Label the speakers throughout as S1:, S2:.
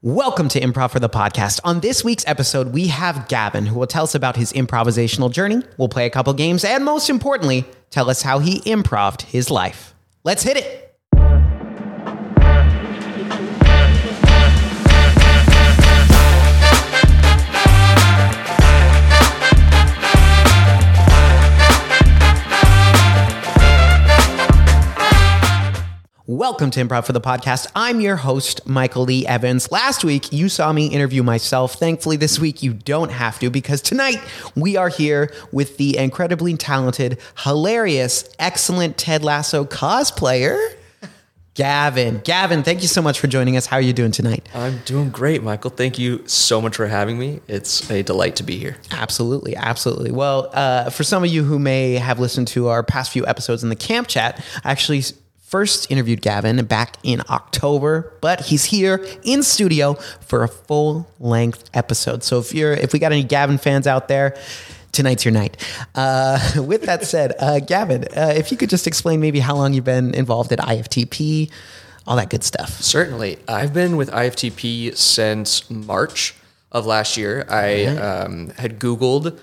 S1: Welcome to Improv for the Podcast. On this week's episode, we have Gavin, who will tell us about his improvisational journey, will play a couple games, and most importantly, tell us how he improved his life. Let's hit it. Welcome to Improv for the Podcast. I'm your host, Michael Lee Evans. Last week, you saw me interview myself. Thankfully, this week, you don't have to because tonight we are here with the incredibly talented, hilarious, excellent Ted Lasso cosplayer, Gavin. Gavin, thank you so much for joining us. How are you doing tonight?
S2: I'm doing great, Michael. Thank you so much for having me. It's a delight to be here.
S1: Absolutely, absolutely. Well, uh, for some of you who may have listened to our past few episodes in the camp chat, I actually s- first interviewed Gavin back in October, but he's here in studio for a full length episode. So if you're if we got any Gavin fans out there. Tonight's your night. Uh, with that said, uh, Gavin, uh, if you could just explain maybe how long you've been involved at IFTP, all that good stuff.
S2: Certainly. I've been with IFTP since March of last year. I um, had Googled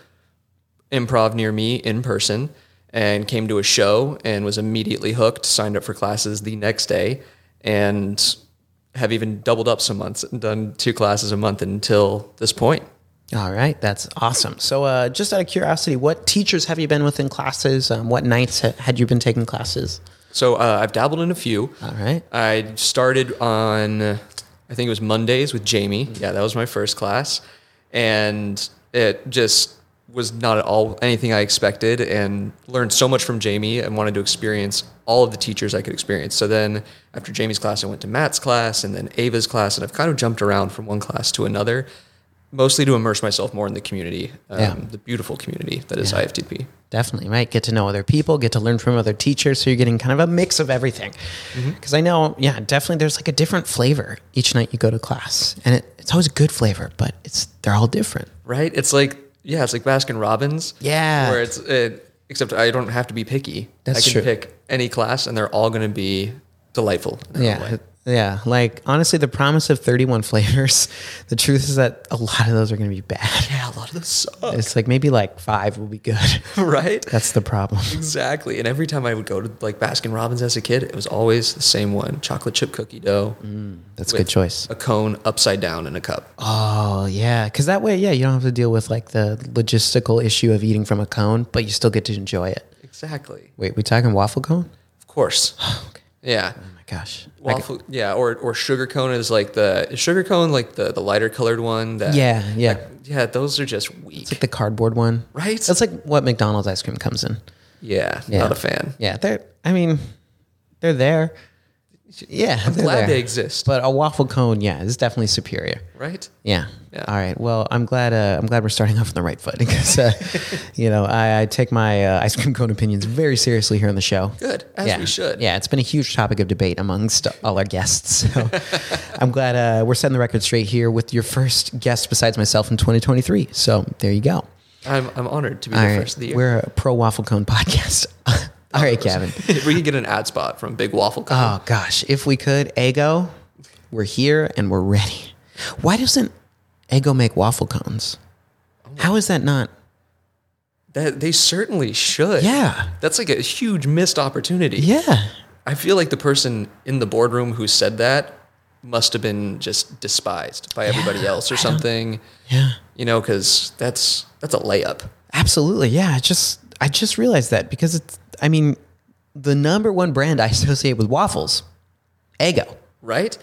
S2: improv near me in person and came to a show and was immediately hooked, signed up for classes the next day, and have even doubled up some months and done two classes a month until this point.
S1: All right, that's awesome. So, uh, just out of curiosity, what teachers have you been with in classes? Um, what nights ha- had you been taking classes?
S2: So uh, I've dabbled in a few.
S1: All right.
S2: I started on, I think it was Mondays with Jamie. Yeah, that was my first class. And it just was not at all anything I expected and learned so much from Jamie and wanted to experience all of the teachers I could experience. So then after Jamie's class, I went to Matt's class and then Ava's class. And I've kind of jumped around from one class to another, mostly to immerse myself more in the community, um,
S1: Yeah.
S2: the beautiful community that is IFTP.
S1: Definitely, right? Get to know other people, get to learn from other teachers. So, you're getting kind of a mix of everything. Because I know, yeah, definitely there's like a different flavor each night you go to class. And it, it's always a good flavor, but it's they're all different.
S2: right? It's like yeah, it's like Baskin Robbins.
S1: Yeah.
S2: where it's it, except I don't have to be picky.
S1: That's
S2: I can
S1: true.
S2: pick any class, and they're all going to be delightful. in their own
S1: Yeah.
S2: way.
S1: Yeah. Like, honestly, the promise of 31 flavors, the truth is that a lot of those are going to be bad.
S2: yeah, a lot of those suck,
S1: It's like maybe like five will be good.
S2: right?
S1: That's the problem.
S2: Exactly. And every time I would go to like Baskin Robbins as a kid, it was always the same one: chocolate chip cookie dough,
S1: Mm. That's a good choice.
S2: a cone upside down in a cup.
S1: Oh yeah, because that way, yeah, you don't have to deal with like the logistical issue of eating from a cone, but you still get to enjoy it.
S2: Exactly.
S1: Wait, we talking waffle cone?
S2: Of course. Yeah.
S1: Oh my gosh. I g-
S2: Waffle, yeah, or or sugar cone is like the is sugar cone, like the the lighter colored one. That
S1: yeah, yeah.
S2: yeah, those are just weak,
S1: The cardboard one.
S2: right?
S1: That's like what McDonald's ice cream comes in.
S2: Yeah, not a fan.
S1: Yeah, they're. I mean, they're there. Yeah, I'm
S2: Glad they exist,
S1: But a waffle cone, yeah, is definitely superior.
S2: right?
S1: Yeah.
S2: Yeah.
S1: All right. Well, I'm glad. Uh, I'm glad we're starting off on the right foot because, uh, you know, I, I take my uh, ice cream cone opinions very seriously here on the show.
S2: Good, as
S1: yeah.
S2: we should.
S1: Yeah, it's been a huge topic of debate amongst all our guests. So I'm glad uh, we're setting the record straight here with your first guest besides myself in 2023. So there you go.
S2: I'm, I'm honored to be
S1: All
S2: the
S1: right.
S2: first of the year.
S1: We're a pro waffle cone podcast. all right, Gavin.
S2: we could get an ad spot from Big Waffle Cone.
S1: Oh gosh, if we could, Ego, we're here and we're ready. Why doesn't Ego make waffle cones?
S2: Oh.
S1: How is that not?
S2: that, they certainly should.
S1: Yeah.
S2: That's like a huge missed opportunity.
S1: Yeah.
S2: I feel like the person in the boardroom who said that must have been just despised by everybody else or something.
S1: Yeah.
S2: You know, because that's that's a layup.
S1: Absolutely. Yeah. I just I just realized that because it's I mean, the number one brand I associate with waffles, Ego.
S2: right?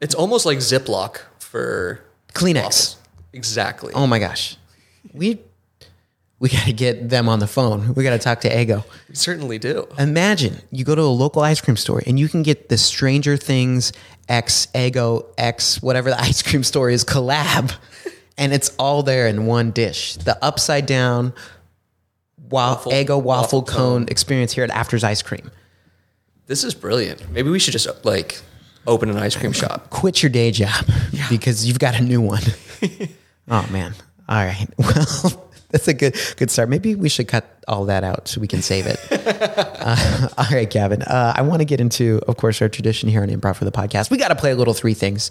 S2: It's almost like Ziploc for
S1: Kleenex.
S2: waffles. Exactly.
S1: Oh my gosh. We we gotta get them on the phone. We gotta talk to Ego.
S2: We certainly do.
S1: Imagine you go to a local ice cream store and you can get the Stranger Things X Ego X whatever the ice cream store is collab, and it's all there in one dish. The upside down waffle, Ego waffle,
S2: waffle
S1: cone, experience here at After's Ice Cream.
S2: This is brilliant. Maybe we should just like open an ice cream shop.
S1: Quit your day job because you've got a new one. oh man! All right. Well, that's a good good start. Maybe we should cut all that out so we can save it. Uh, all right, Gavin. Uh, I want to get into, of course, our tradition here on Improv for the podcast. We got to play a little three things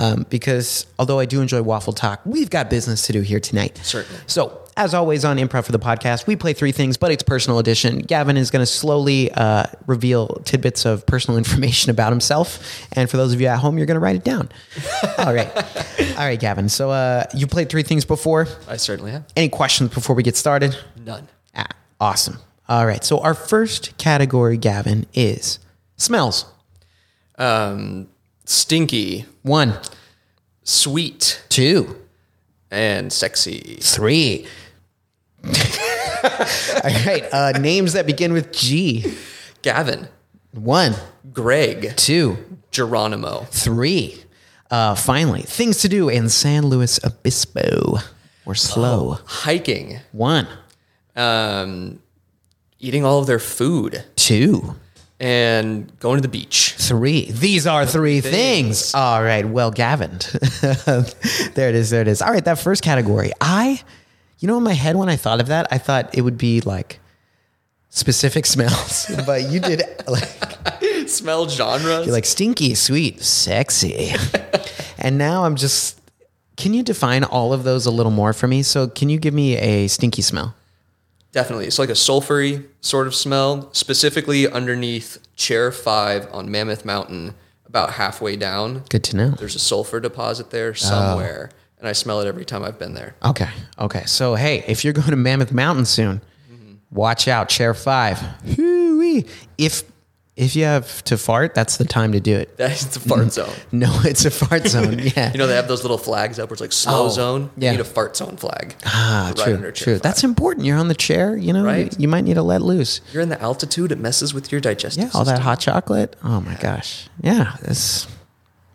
S1: um, because although I do enjoy waffle talk, we've got business to do here tonight.
S2: Certainly.
S1: So, as always on Improv for the podcast, we play three things, but it's personal edition. Gavin is going to slowly uh, reveal tidbits of personal information about himself, and for those of you at home, you're going to write it down. all right, all right, Gavin. So uh, you played three things before.
S2: I certainly have.
S1: Any questions before we get started?
S2: None.
S1: Ah, awesome. All right. So our first category, Gavin, is smells.
S2: Um, stinky,
S1: One,
S2: sweet,
S1: two,
S2: and sexy.
S1: three. All right. Uh, names that begin with G.
S2: Gavin,
S1: One,
S2: Greg,
S1: two,
S2: Geronimo.
S1: three. Uh, finally, things to do in San Luis Obispo or slow.
S2: Hiking,
S1: One,
S2: um, eating all of their food,
S1: two,
S2: and going to the beach.
S1: three. These are three things. All right. Well, Gavin. there it is. There it is. All right. That first category. I, you know, in my head, when I thought of that, I thought it would be like specific smells, but you did like,
S2: Smell genres.
S1: you're like stinky, sweet, sexy. and now I'm just, can you define all of those a little more for me? So, can you give me a stinky smell?
S2: Definitely. It's like a sulfury sort of smell, specifically underneath chair five on Mammoth Mountain, about halfway down.
S1: Good to know.
S2: There's a sulfur deposit there somewhere, and I smell it every time I've been there.
S1: Okay. Okay. So hey, if you're going to Mammoth Mountain soon, watch out, chair five. Hoo-wee. If if you have to fart, that's the time to do it.
S2: That's the fart zone.
S1: No, it's a fart zone. Yeah.
S2: You know, they have those little flags up where it's like slow
S1: Oh,
S2: zone.
S1: yeah.
S2: You need a fart zone flag.
S1: ah,
S2: right
S1: true.
S2: under chair
S1: true.
S2: five.
S1: That's important. You're on the chair. You know,
S2: Right.
S1: you, you might need to let loose.
S2: You're in the altitude, it messes with your digestive
S1: Yeah. All that
S2: system.
S1: hot chocolate. Oh my gosh. Yeah. This.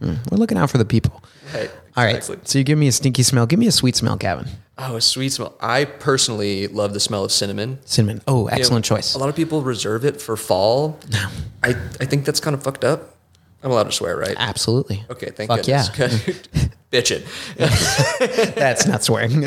S1: mm, we're looking out for the people.
S2: Right,
S1: All right.
S2: exactly.
S1: So you give me a stinky smell. Give me a sweet smell, Gavin.
S2: Oh, a sweet smell. I personally love the smell of cinnamon.
S1: Cinnamon. Oh,
S2: You know,
S1: excellent choice.
S2: A lot of people reserve it for fall. No. I, I think that's kind of fucked up. I'm allowed to swear, right?
S1: Absolutely.
S2: Okay, thank
S1: Ah. Fuck
S2: goodness.
S1: yeah.
S2: Bitchin'.
S1: That's not swearing.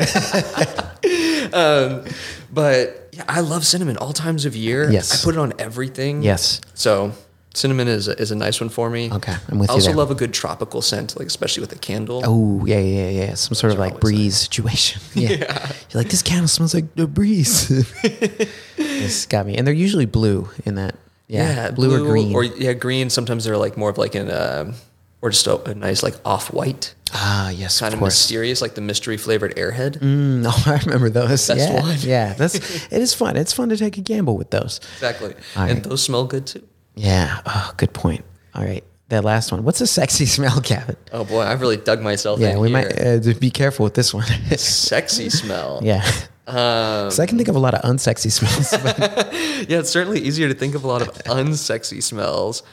S2: But yeah, I love cinnamon all times of year.
S1: Yes.
S2: I put it on everything.
S1: yes.
S2: So cinnamon is a, is a nice one for me.
S1: Okay, I'm with
S2: I
S1: you
S2: also
S1: there.
S2: love a good tropical scent, like especially with a candle.
S1: Oh yeah, yeah, yeah. Some sort of
S2: are
S1: like
S2: always
S1: breeze situation. Yeah. You're like this candle smells like the breeze. this got me, and they're usually blue in that. Yeah, blue, or green.
S2: Or yeah, green. Sometimes they're like more of like an um, or just a, a nice like off white,
S1: ah, yes,
S2: kind
S1: of
S2: of
S1: course. Mm.
S2: mysterious, like the mystery flavored airhead.
S1: No, I remember those.
S2: That's
S1: yeah,
S2: one.
S1: yeah. That's it is fun. It's fun to take a gamble with those.
S2: Exactly.
S1: All
S2: and
S1: right.
S2: those smell good too.
S1: Yeah. Oh, good point. All right, that last one. What's a sexy smell, Gavin?
S2: Oh boy, I've really dug myself.
S1: Yeah,
S2: in
S1: we
S2: here.
S1: might uh, just be careful with this one.
S2: sexy smell. Um,
S1: yeah. Because I can think of a lot of unsexy smells. but-
S2: Yeah, it's certainly easier to think of a lot of unsexy smells.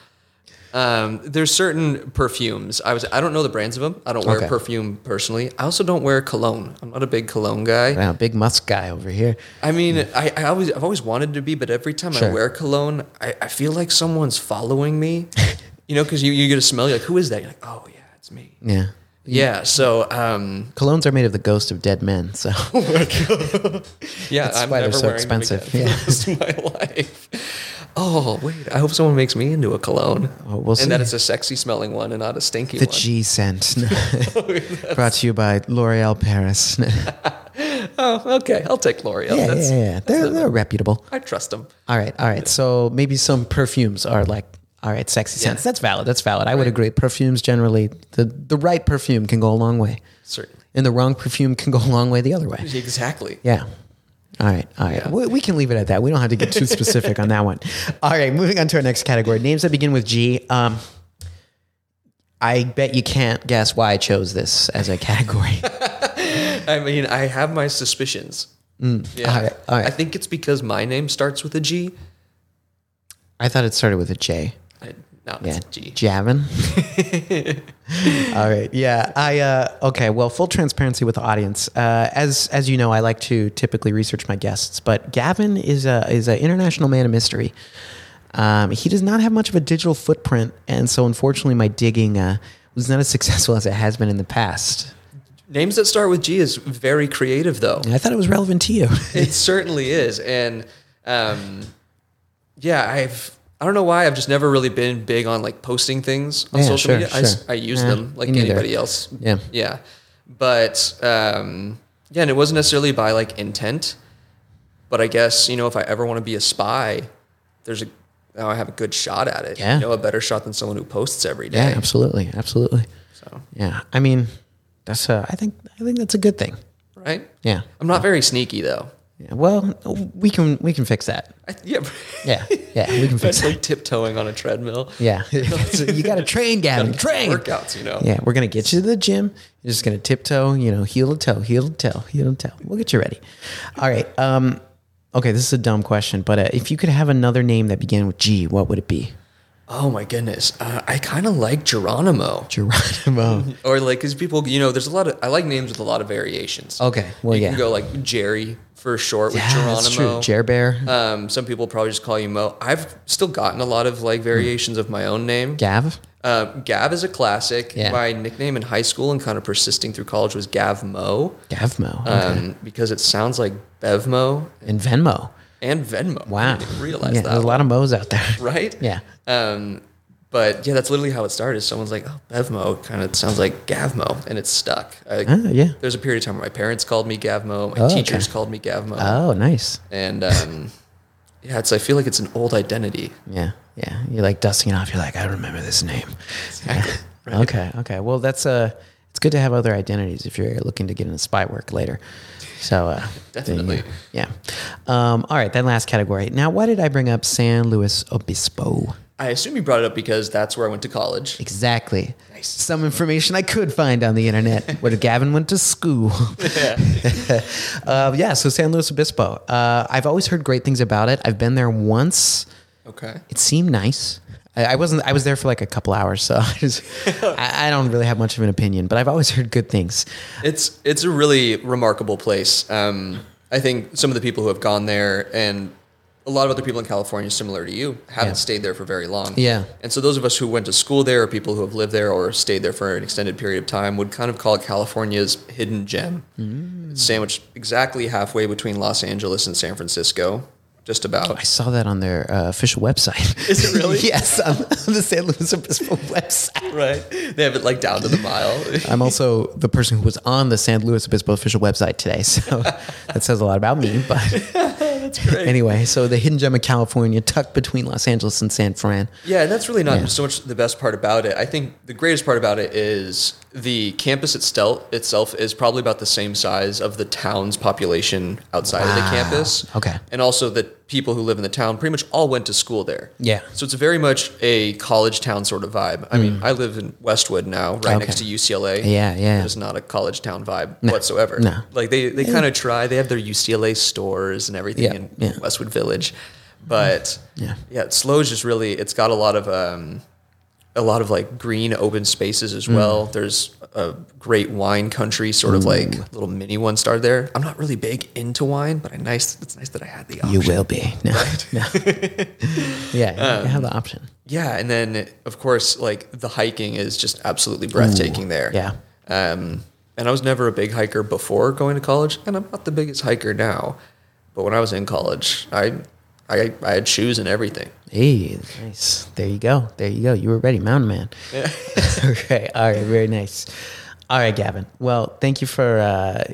S2: Um, there's certain perfumes. I was I don't know the brands of them. I don't wear
S1: Okay.
S2: perfume personally. I also don't wear cologne. I'm not a big cologne guy.
S1: wow, big musk guy over here.
S2: I mean, I, I always I've always wanted to be, but every time
S1: Sure.
S2: I wear cologne, I, I feel like someone's following me. you know, because you, you get a smell. You're like, who is that? You're like, oh yeah, it's me.
S1: Yeah.
S2: Yeah. So um,
S1: Colognes are made of the ghost of dead men, so
S2: yeah,
S1: That's
S2: I'm
S1: why they're
S2: never
S1: so
S2: wearing them
S1: expensive.
S2: again for the rest of my life. Oh wait, I hope someone makes me into a cologne,
S1: Oh, we'll
S2: and that
S1: see.
S2: it's a sexy smelling one and not a stinky
S1: the
S2: one. Oh,
S1: G scent. Brought to you by L'Oreal Paris. yeah,
S2: oh, okay, I'll take L'Oreal.
S1: yeah,
S2: That's,
S1: yeah, yeah. They're, they're reputable.
S2: I trust them.
S1: All right, all right. So maybe some perfumes are like, all right, sexy scents. That's valid. That's valid. I would agree. Perfumes generally, the, the right perfume can go a long way,
S2: Certainly,
S1: and the wrong perfume can go a long way the other way.
S2: exactly.
S1: Yeah. All right, all right. We, we can leave it at that. We don't have to get too specific on that one. All right, moving on to our next category names that begin with G. Um, I bet you can't guess why I chose this as a category.
S2: I mean, I have my suspicions. yeah,
S1: Mm. all right, all right.
S2: I think it's because my name starts with a G.
S1: I thought it started with a J.
S2: I, no, it's a G.
S1: Javin. All right. Yeah. I uh, okay. Well, full transparency with the audience. Uh, as as you know, I like to typically research my guests, but Gavin is a is an international man of mystery. Um, he does not have much of a digital footprint, and so unfortunately, my digging uh, was not as successful as it has been in the past.
S2: Names that start with G is very creative, though.
S1: And I thought it was relevant to you.
S2: It certainly is, and Um, yeah, I've I don't know why I've just never really been big on like posting things on
S1: Yeah,
S2: social
S1: sure,
S2: media. I s
S1: sure.
S2: I I use
S1: Yeah,
S2: them like
S1: me neither.
S2: anybody else.
S1: Yeah.
S2: yeah, but um, yeah, and it wasn't necessarily by like intent, but I guess you know if I ever want to be a spy, there's a now I have a good shot at it.
S1: Yeah.
S2: you know, a better shot than someone who posts every
S1: Yeah,
S2: day.
S1: absolutely, absolutely.
S2: So
S1: Yeah, I mean, that's a. I think I think that's a good thing.
S2: right,
S1: Yeah.
S2: I'm not very sneaky though.
S1: yeah. Well, we can we can fix that.
S2: I, yeah,
S1: Yeah, yeah, we can fix
S2: that's
S1: that.
S2: like tiptoeing on a treadmill.
S1: Yeah, So you got to train, Gavin. Train.
S2: workouts, you know.
S1: Yeah, we're gonna get you to the gym. You're just gonna tiptoe, you know, heel to toe, heel to toe, heel to toe. We'll get you ready. All right. Um, okay, this is a dumb question, but uh, if you could have another name that began with G, what would it be?
S2: Oh my goodness, uh, I kind of like Geronimo.
S1: Geronimo.
S2: or like because people you know there's a lot of i like names with a lot of variations
S1: Okay, well,
S2: you
S1: yeah.
S2: can go like jerry for short with
S1: Yeah,
S2: geronimo
S1: that's true. Jer Bear,
S2: um, some people probably just call you mo i've still gotten a lot of like
S1: Hmm.
S2: variations of my own name
S1: Gav.
S2: um, gav is a classic
S1: Yeah.
S2: my nickname in high school and kind of persisting through college was gav mo
S1: Gavmo. Okay.
S2: um, because it sounds like bevmo
S1: and Venmo.
S2: and venmo
S1: Wow.
S2: i didn't realize
S1: yeah,
S2: that
S1: There's a lot of Mo's out there.
S2: right
S1: Yeah.
S2: um, but yeah, that's literally how it started. Someone's like, "Oh, Bevmo," kind of sounds like Gavmo, and it's stuck. I,
S1: Ah, yeah.
S2: There's a period of time where my parents called me Gavmo, my
S1: Oh, okay.
S2: teachers called me Gavmo,
S1: Oh, nice.
S2: and um, yeah, it's. I feel like it's an old identity.
S1: Yeah, yeah. You're like dusting it off. You're like, I remember this name.
S2: Exactly.
S1: Yeah. Okay, okay. Well, that's Uh, it's good to have other identities if you're looking to get into spy work later. So uh, there you go.
S2: Definitely.
S1: yeah. Um, all right, then last category. Now, why did I bring up San Luis Obispo?
S2: I assume you brought it up because that's where I went to college.
S1: Exactly.
S2: Nice.
S1: Some information I could find on the internet where Gavin went to school. uh, yeah, so San Luis Obispo. Uh, I've always heard great things about it. I've been there once.
S2: Okay.
S1: it seemed nice. I, I wasn't. I was there for like a couple hours, so I just. I, I don't really have much of an opinion, but I've always heard good things.
S2: It's it's a really remarkable place. Um, I think some of the people who have gone there and a lot of other people in California, similar to you, haven't stayed there for very long.
S1: Yeah.
S2: And so those of us who went to school there, or people who have lived there or stayed there for an extended period of time, would kind of call it California's hidden gem, It's sandwiched exactly halfway between Los Angeles and San Francisco, just about.
S1: I saw that on their uh, official website.
S2: Is it really?
S1: yes, on, on the San Luis Obispo website.
S2: Right. They have it like down to the mile.
S1: I'm also the person who was on the San Luis Obispo official website today, so that says a lot about me. But anyway, so the hidden gem of California, tucked between Los Angeles and San Fran.
S2: Yeah, and that's really not so much the best part about it. I think the greatest part about it is the campus itself itself is probably about the same size of the town's population outside of the
S1: Wow.
S2: campus.
S1: Okay.
S2: And also the people who live in the town pretty much all went to school there.
S1: Yeah.
S2: So it's very much a college town sort of vibe. I mean, I live in Westwood now, right
S1: Mm. Okay.
S2: next to UCLA.
S1: Yeah, yeah.
S2: It's not a college town vibe whatsoever.
S1: no.
S2: Like they, they kind of try. They have their UCLA stores and everything
S1: Yeah,
S2: in
S1: yeah.
S2: Westwood Village. But
S1: Yeah.
S2: yeah, Slow's just really it's got a lot of um, a lot of like green open spaces as
S1: Mm.
S2: well. There's a great wine country, sort of like little mini one star there. I'm not really big into wine, but I nice it's nice that I had the option.
S1: You will be. No, no. yeah, you have the
S2: Um,
S1: option.
S2: Yeah, and then of course like the hiking is just absolutely breathtaking there.
S1: Yeah.
S2: Um, and I was never a big hiker before going to college, and I'm not the biggest hiker now. But when I was in college, I I, I had shoes and everything.
S1: Hey, nice. There you go. There you go. You were ready, mountain man. okay. All right. Very nice. All right, Gavin. Well, thank you for uh,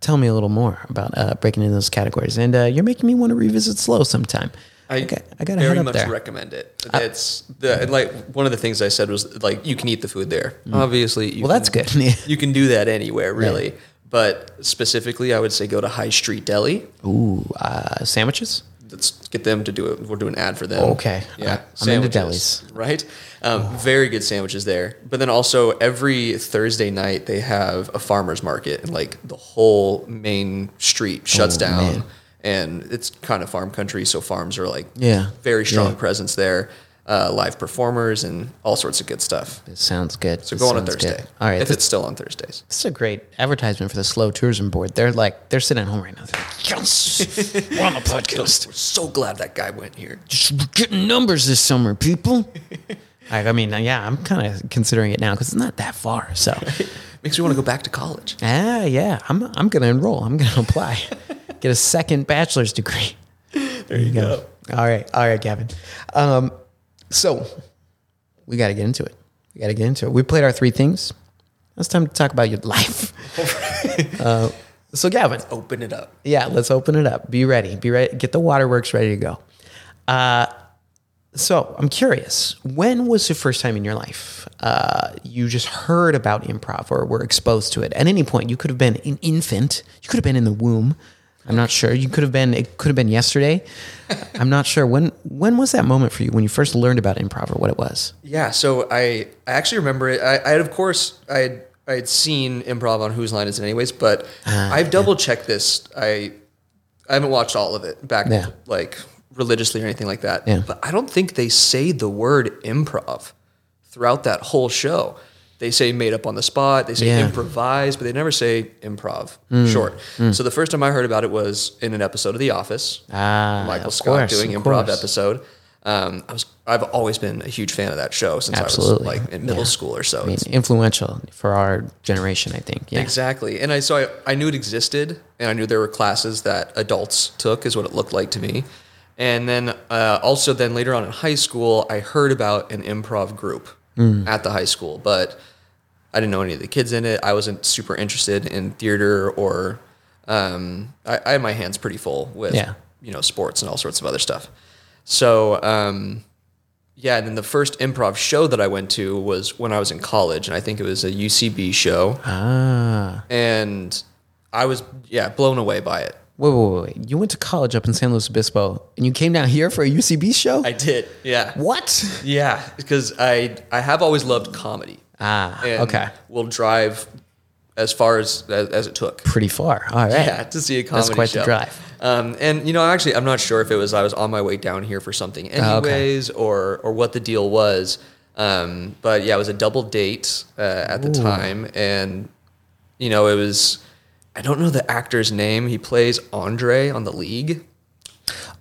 S1: telling me a little more about uh, breaking into those categories, and uh, you're making me want to revisit slow sometime.
S2: I,
S1: got- I got to
S2: very
S1: head up
S2: much
S1: there.
S2: recommend it. It's the and like one of the things I said was like you can eat the food there. Obviously, you
S1: Mm. Well, that's
S2: can-
S1: good. Yeah.
S2: you can do that anywhere really, but specifically, I would say go to High Street Deli.
S1: Ooh, uh, sandwiches.
S2: let's get them to do it. We'll do an ad for them.
S1: Okay.
S2: Yeah.
S1: I- I'm into
S2: Sandwiches, Right? Um, Very good sandwiches there. But then also every Thursday night they have a farmer's market and like the whole main street shuts down
S1: Oh, man.
S2: and it's kind of farm country. So farms are like
S1: Yeah.
S2: very strong
S1: Yeah.
S2: presence there. Uh, live performers and all sorts of good stuff.
S1: It sounds good.
S2: So
S1: It
S2: go on a
S1: sounds
S2: Thursday.
S1: good. All right.
S2: If
S1: This,
S2: it's still on Thursdays.
S1: this is a great advertisement for the Slow Tourism Board. They're like they're sitting at home right now. They're like, yes, we're on the podcast.
S2: We're so glad that guy went here.
S1: just getting numbers this summer, people. I, I mean, uh, yeah, I'm kind of considering it now because it's not that far. So,
S2: Makes me want to go back to college.
S1: ah, yeah, I'm I'm gonna enroll. I'm gonna apply, get a second bachelor's degree. There you, go. All right, all right, Gavin. Um, so we got to get into it. We got to get into it. We played our three things. It's time to talk about your life. Uh, so, Gavin,
S2: Open it up.
S1: yeah, let's open it up. Be ready. Be ready. Get the waterworks ready to go. Uh, so I'm curious. When was the first time in your life uh, you just heard about improv or were exposed to it? At any point, you could have been an infant. You could have been in the womb. I'm not sure. You could have been. It could have been yesterday. I'm not sure. When when was that moment for you when you first learned about improv or what it was?
S2: Yeah, so I, I actually remember it. I, I had, of course, I had, I had seen improv on Whose Line Is It Anyways, but
S1: Ah,
S2: I've double checked this. I I haven't watched all of it back
S1: Yeah.
S2: like religiously or anything like that.
S1: Yeah.
S2: But I don't think they say the word improv throughout that whole show. They say made up on the spot, they say
S1: Yeah. Mm.
S2: improvise, but they never say improv short. So the first time I heard about it was in an episode of The Office.
S1: Ah,
S2: Michael
S1: of
S2: Scott
S1: course,
S2: doing
S1: of
S2: improv
S1: course.
S2: episode. Um, I was I've always been a huge fan of that show since
S1: Absolutely.
S2: I was like in middle
S1: Yeah.
S2: school or so.
S1: I mean,
S2: It's-
S1: influential for our generation, I think. Yeah.
S2: Exactly, and I so I, I knew it existed, and I knew there were classes that adults took, is what it looked like to me. And then uh, also then later on in high school, I heard about an improv group
S1: Hmm.
S2: at the high school, but I didn't know any of the kids in it. I wasn't super interested in theater or um, I, I had my hands pretty full with
S1: Yeah.
S2: you know sports and all sorts of other stuff. So um, yeah, and then the first improv show that I went to was when I was in college, and I think it was a UCB show,
S1: Ah.
S2: and I was yeah blown away by it.
S1: Wait, wait, wait, wait. You went to college up in San Luis Obispo and you came down here for a UCB show?
S2: I did, yeah,
S1: what?
S2: yeah, because I I have always loved comedy.
S1: Ah,
S2: and
S1: okay.
S2: will drive as far as as, as it took.
S1: Pretty far. All right.
S2: yeah, to see a comedy
S1: quite the
S2: show.
S1: drive.
S2: Um, and you know, actually, I'm not sure if it was I was on my way down here for something,
S1: Oh, okay.
S2: anyways, or or what the deal was. Um, but yeah, it was a double date uh, at the time, and you know, it was. I don't know the actor's name. He plays Andre on the League.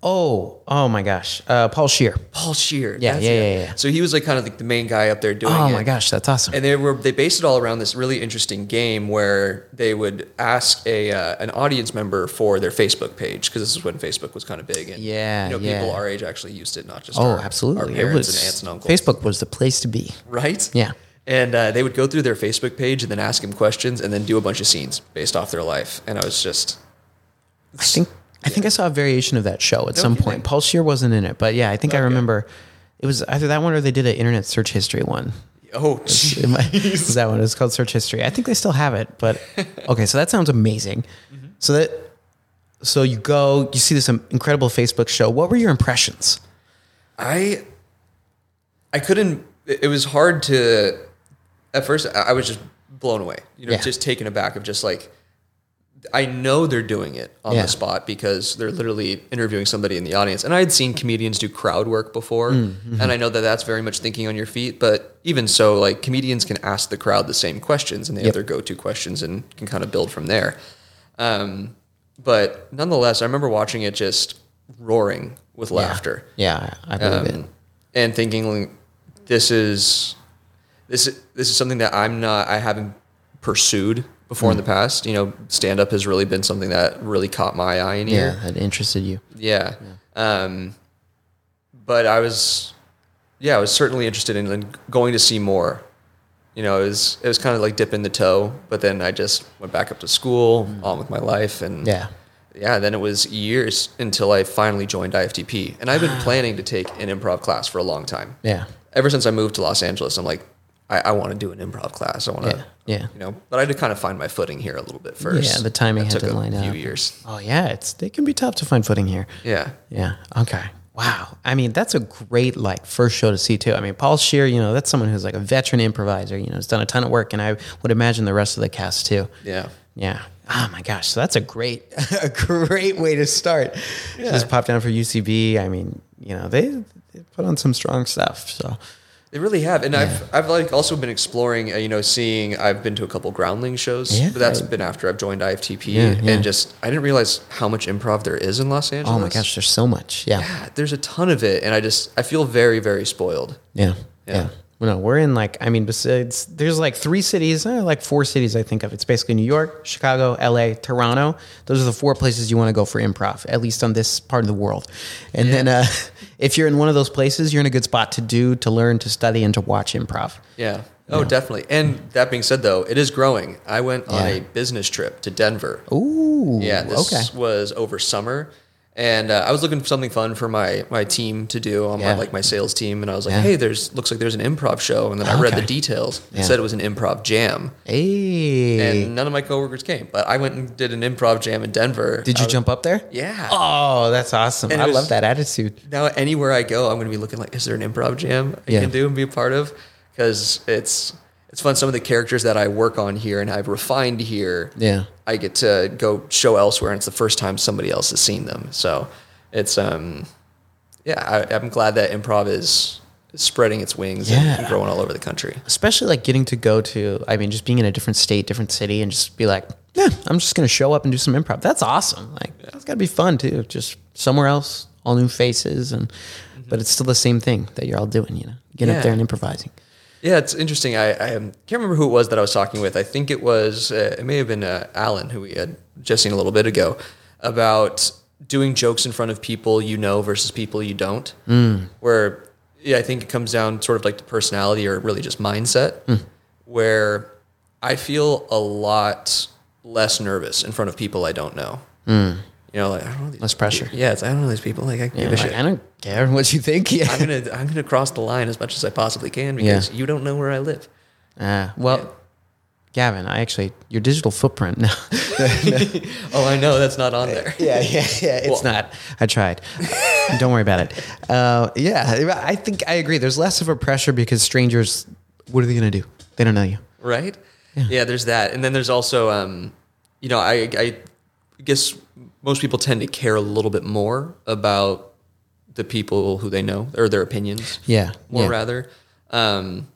S1: Oh, oh my gosh. Uh, Paul Shear.
S2: Paul Shear.
S1: Yeah,
S2: that's
S1: yeah,
S2: it.
S1: yeah, yeah.
S2: So he was like kind of like the main guy up there doing
S1: Oh
S2: it.
S1: my gosh, that's awesome.
S2: and they were they based it all around this really interesting game where they would ask a uh, an audience member for their Facebook page because this is when Facebook was kind of big and
S1: Yeah,
S2: you know
S1: yeah.
S2: people our age actually used it not just
S1: oh,
S2: our,
S1: absolutely.
S2: our
S1: It
S2: parents
S1: was-
S2: and aunts and uncles
S1: Facebook was the place to be.
S2: right
S1: Yeah.
S2: and uh, they would go through their Facebook page and then ask him questions and then do a bunch of scenes based off their life and I was just
S1: I think I think I saw a variation of that show at some
S2: kidding.
S1: point. Paul Shear wasn't in it, but yeah, I think I remember it was either that one or they did an internet search history one.
S2: oh gee.
S1: It might- is that one? It's called Search History. I think they still have it, but okay. So that sounds amazing. So that so you go, you see this um, incredible Facebook show. What were your impressions?
S2: I I couldn't it it was hard to at first I I was just blown away. You know,
S1: Yeah.
S2: just taken aback of just like I know they're doing it on
S1: Yeah.
S2: the spot because they're literally interviewing somebody in the audience. And I had seen comedians do crowd work before,
S1: Mm, mm-hmm.
S2: and I know that that's very much thinking on your feet, but even so like comedians can ask the crowd the same questions and they have their go-to questions and can kind of build from there. Um, but nonetheless, I remember watching it just roaring with laughter
S1: Yeah, I believe it.
S2: um, and thinking this is this is- this is something that I'm not I haven't pursued before in the past. You know, stand up has really been something that really caught my eye and
S1: Yeah,
S2: ear.
S1: that interested you.
S2: Yeah. Um, but I was yeah I was certainly interested in in going to see more. You know, it was it was kind of like dipping the toe, but then I just went back up to school, on with my life, and
S1: Yeah.
S2: Hmm. yeah, then it was years until I finally joined IFTP. And I've been planning to take an improv class for a long time.
S1: Ah. Yeah.
S2: Ever since I moved to Los Angeles, I'm like, I, I want to do an improv class. I want to,
S1: Yeah, yeah.
S2: you know, but I had to kind of find my footing here a little bit first.
S1: Yeah, the timing
S2: That
S1: had
S2: took
S1: to
S2: a
S1: line
S2: few
S1: up.
S2: years.
S1: Oh yeah, it's it can be tough to find footing here.
S2: Yeah.
S1: Yeah. Okay. Wow. I mean, that's a great like first show to see too. I mean, Paul Shear, you know, that's someone who's like a veteran improviser. You know, has done a ton of work, and I would imagine the rest of the cast too.
S2: Yeah.
S1: Yeah. Oh my gosh. So that's a great, a great way to start. Just pop down for UCB. I mean, you know, they, they put on some strong stuff. So
S2: They really have, and I've I've like also been exploring, uh, you know, seeing. I've been to a couple Groundling shows,
S1: Yeah.
S2: but that's been after I've joined IFTP,
S1: Yeah, yeah.
S2: and just I didn't realize how much improv there is in Los Angeles.
S1: oh my gosh, there's so much. Yeah.
S2: Yeah, there's a ton of it, and I just I feel very very spoiled.
S1: Yeah. Yeah.
S2: Yeah.
S1: Yeah. no, we're in like I mean, besides there's like three cities, eh, like four cities I think of. It's basically New York, Chicago, L.A., Toronto. Those are the four places you want to go for improv, at least on this part of the world. And then uh, if you're in one of those places, you're in a good spot to do, to learn, to study, and to watch improv.
S2: Yeah. Oh, definitely. And that being said, though, it is growing. I went on
S1: Yeah.
S2: a business trip to Denver.
S1: Ooh,
S2: Yeah, this
S1: okay.
S2: was over summer, and uh, I was looking for something fun for my my team to do on
S1: Yeah.
S2: my like my sales team, and I was like,
S1: Yeah.
S2: hey, there's looks like there's an improv show, and then I read
S1: Okay.
S2: the details.
S1: Yeah.
S2: It said it was an improv jam,
S1: Hey,
S2: and none of my coworkers came, but I went and did an improv jam in Denver.
S1: did
S2: I
S1: you
S2: was-
S1: jump up there?
S2: Yeah.
S1: Oh, that's awesome!
S2: And it
S1: I
S2: was-
S1: love that attitude.
S2: Now anywhere I go, I'm going to be looking like, is there an improv jam I
S1: Yeah.
S2: can do and be a part of? Because it's it's fun. Some of the characters that I work on here and I've refined here.
S1: Yeah.
S2: I get to go show elsewhere, and it's the first time somebody else has seen them. So it's um, yeah, I, I'm glad that improv is spreading its wings
S1: Yeah.
S2: and growing all over the country.
S1: especially like getting to go to i mean just being in a different state different city and just be like yeah i'm just gonna show up and do some improv that's awesome like that's gotta be fun too just somewhere else all new faces and but it's still the same thing that you're all doing you know getting up
S2: Mm-hmm. Yeah.
S1: there and improvising
S2: Yeah, it's interesting. I, I um, can't remember who it was that I was talking with. I think it was uh, it may have been uh, Alan, who we had just seen a little bit ago, about doing jokes in front of people you know versus people you don't.
S1: Mm.
S2: Where yeah, I think it comes down sort of like to personality or really just mindset.
S1: Mm.
S2: Where I feel a lot less nervous in front of people I don't know. You know, like I don't know these
S1: Mm. Less pressure.
S2: Yeah, it's, I don't know these people. Like I can give a
S1: You're
S2: shit.
S1: like, i don't care what you think yeah
S2: I'm gonna I'm gonna cross the line as much as I possibly can because
S1: Yeah.
S2: you don't know where I live.
S1: Ah, well gavin i actually your digital footprint no
S2: Oh, I know that's not on there.
S1: yeah, yeah, yeah. It's
S2: Well-
S1: not. I tried. Don't worry about it. Uh, yeah, I think I agree. There's less of a pressure because strangers, what are they going to do? They don't know you.
S2: Right? Yeah. there's that. And then there's also um, you know, I I guess most people tend to care a little bit more about the people who they know or their opinions.
S1: Yeah,
S2: More
S1: yeah.
S2: rather. Um,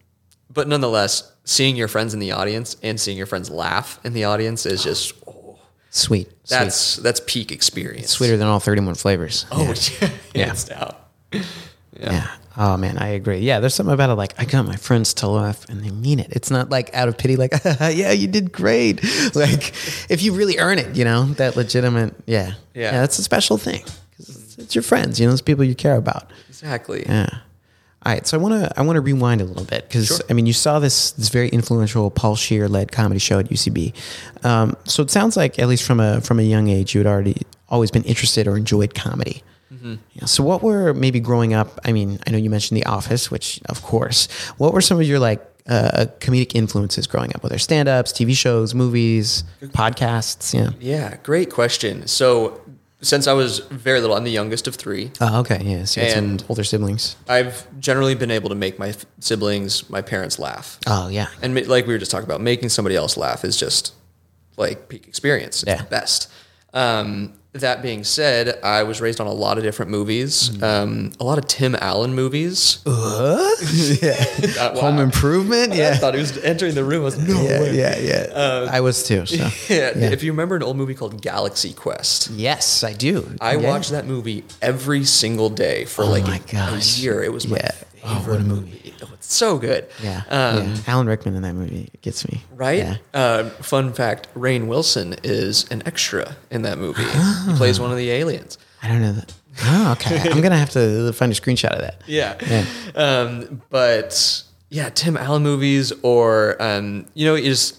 S2: but nonetheless, seeing your friends in the audience and seeing your friends laugh in the audience is just oh,
S1: Sweet.
S2: that's that's peak experience.
S1: Sweet. sweeter than all 31 flavors.
S2: Oh, yeah.
S1: Yeah.
S2: It's out.
S1: Yeah. Oh man, I agree. Yeah, there's something about it. Like I got my friends to laugh, and they mean it. It's not like out of pity. Like, yeah, you did great. Like, if you really earn it, you know that legitimate. Yeah,
S2: Yeah.
S1: that's a special thing. 'Cause It's, it's your friends. You know, it's people you care about.
S2: Exactly.
S1: Yeah. All right, so I want to I want to rewind a little bit because I mean you saw this this very influential Paul Shear led comedy show at UCB, um, so it sounds like at least from a from a young age you had already always been interested or enjoyed comedy.
S2: Mm-hmm.
S1: Yeah, so what were maybe growing up? I mean, I know you mentioned The Office, which of course. What were some of your like uh, comedic influences growing up? Whether stand ups, TV shows, movies, podcasts? Yeah.
S2: Yeah, great question. So, since I was very little, I'm the youngest of three.
S1: Oh, okay. Yeah. So you had some
S2: And-
S1: older siblings.
S2: I've generally been able to make my f- siblings, my parents laugh.
S1: Oh yeah.
S2: And ma- like we were just talking about, making somebody else laugh is just like peak experience. It's
S1: Yeah.
S2: the best. Um, that being said, I was raised on a lot of different movies, um, a lot of Tim Allen movies. Uh, wow.
S1: Home Improvement.
S2: I
S1: Yeah.
S2: thought he was entering the room. I was like, no
S1: yeah,
S2: way. Uh,
S1: yeah, yeah. I was too. So
S2: Yeah, If you remember an old movie called Galaxy Quest,
S1: yes, I do.
S2: I
S1: Yeah.
S2: watched that movie every single day for like
S1: my
S2: a
S1: gosh.
S2: year. It was my
S1: Yeah.
S2: favorite movie. Oh, it's so good.
S1: Yeah,
S2: Um,
S1: yeah. Alan Rickman in that movie gets me.
S2: Right?
S1: Yeah.
S2: Uh, fun fact Rain Wilson is an extra in that movie. He plays one of the aliens.
S1: I don't know that. Oh, okay. I'm gonna have to find a screenshot of that.
S2: Yeah. Um, but yeah, Tim Allen movies or, um, you know, is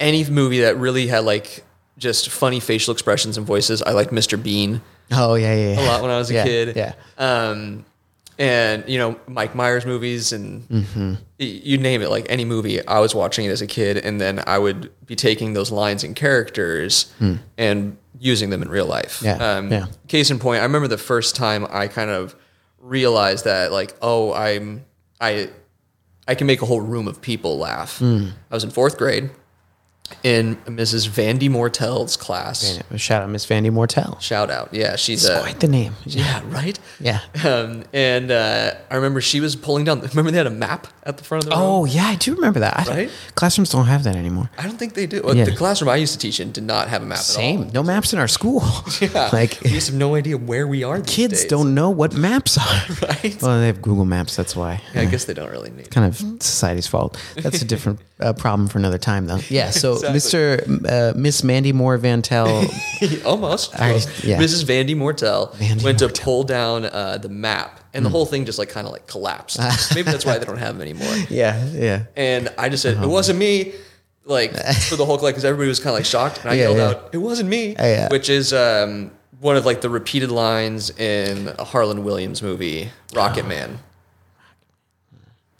S2: any movie that really had like just funny facial expressions and voices. I liked Mr. Bean.
S1: Oh yeah, yeah. yeah.
S2: a lot when I was a
S1: Yeah,
S2: kid.
S1: Yeah.
S2: Um, and you know Mike Myers movies and
S1: Mm-hmm.
S2: y- you name it, like any movie I was watching it as a kid, and then I would be taking those lines and characters and using them in real life.
S1: Hmm.
S2: Um,
S1: Yeah, yeah.
S2: Case in point, I remember the first time I kind of realized that, like, oh, I'm I I can make a whole room of people laugh.
S1: Hmm.
S2: I was in fourth grade in Mrs. Vandy Mortel's class.
S1: And Shout out Miss Vandy Mortel.
S2: Shout out, yeah, she's
S1: It's
S2: a
S1: quite the name.
S2: yeah, right?
S1: Yeah.
S2: Um, and uh, I remember she was pulling down. Remember they had a map at the front of the room.
S1: Oh yeah, I do remember that. I-
S2: Right?
S1: classrooms don't have that anymore.
S2: I don't think they do. Well,
S1: Yeah.
S2: The classroom I used to teach in did not have a map at all.
S1: Same. No maps in our school.
S2: Yeah.
S1: Like
S2: we just have no idea where we are. These
S1: kids
S2: days.
S1: don't know what maps are.
S2: Right?
S1: Well, they have Google Maps. That's why.
S2: Yeah, I guess they don't really need.
S1: kind of society's fault. That's a different uh, problem for another time, though. Yeah. So, Mr. Uh, Miss Mandy Moore Van Tell.
S2: Almost.
S1: I-
S2: Well,
S1: yeah.
S2: Mrs. Vandy Mortel
S1: Vandy Hmm.
S2: went to pull down uh, the map, and the whole thing just like kind of like collapsed. Maybe that's why they don't have them anymore.
S1: yeah. Yeah.
S2: And I just said,
S1: Uh-huh.
S2: "It wasn't me." Like for the whole like, because everybody was kind of like shocked, and I
S1: Yeah,
S2: yelled
S1: yeah.
S2: out, "It wasn't me,"
S1: yeah.
S2: which is um, one of like the repeated lines in a Harlan Williams movie, Rocket Man.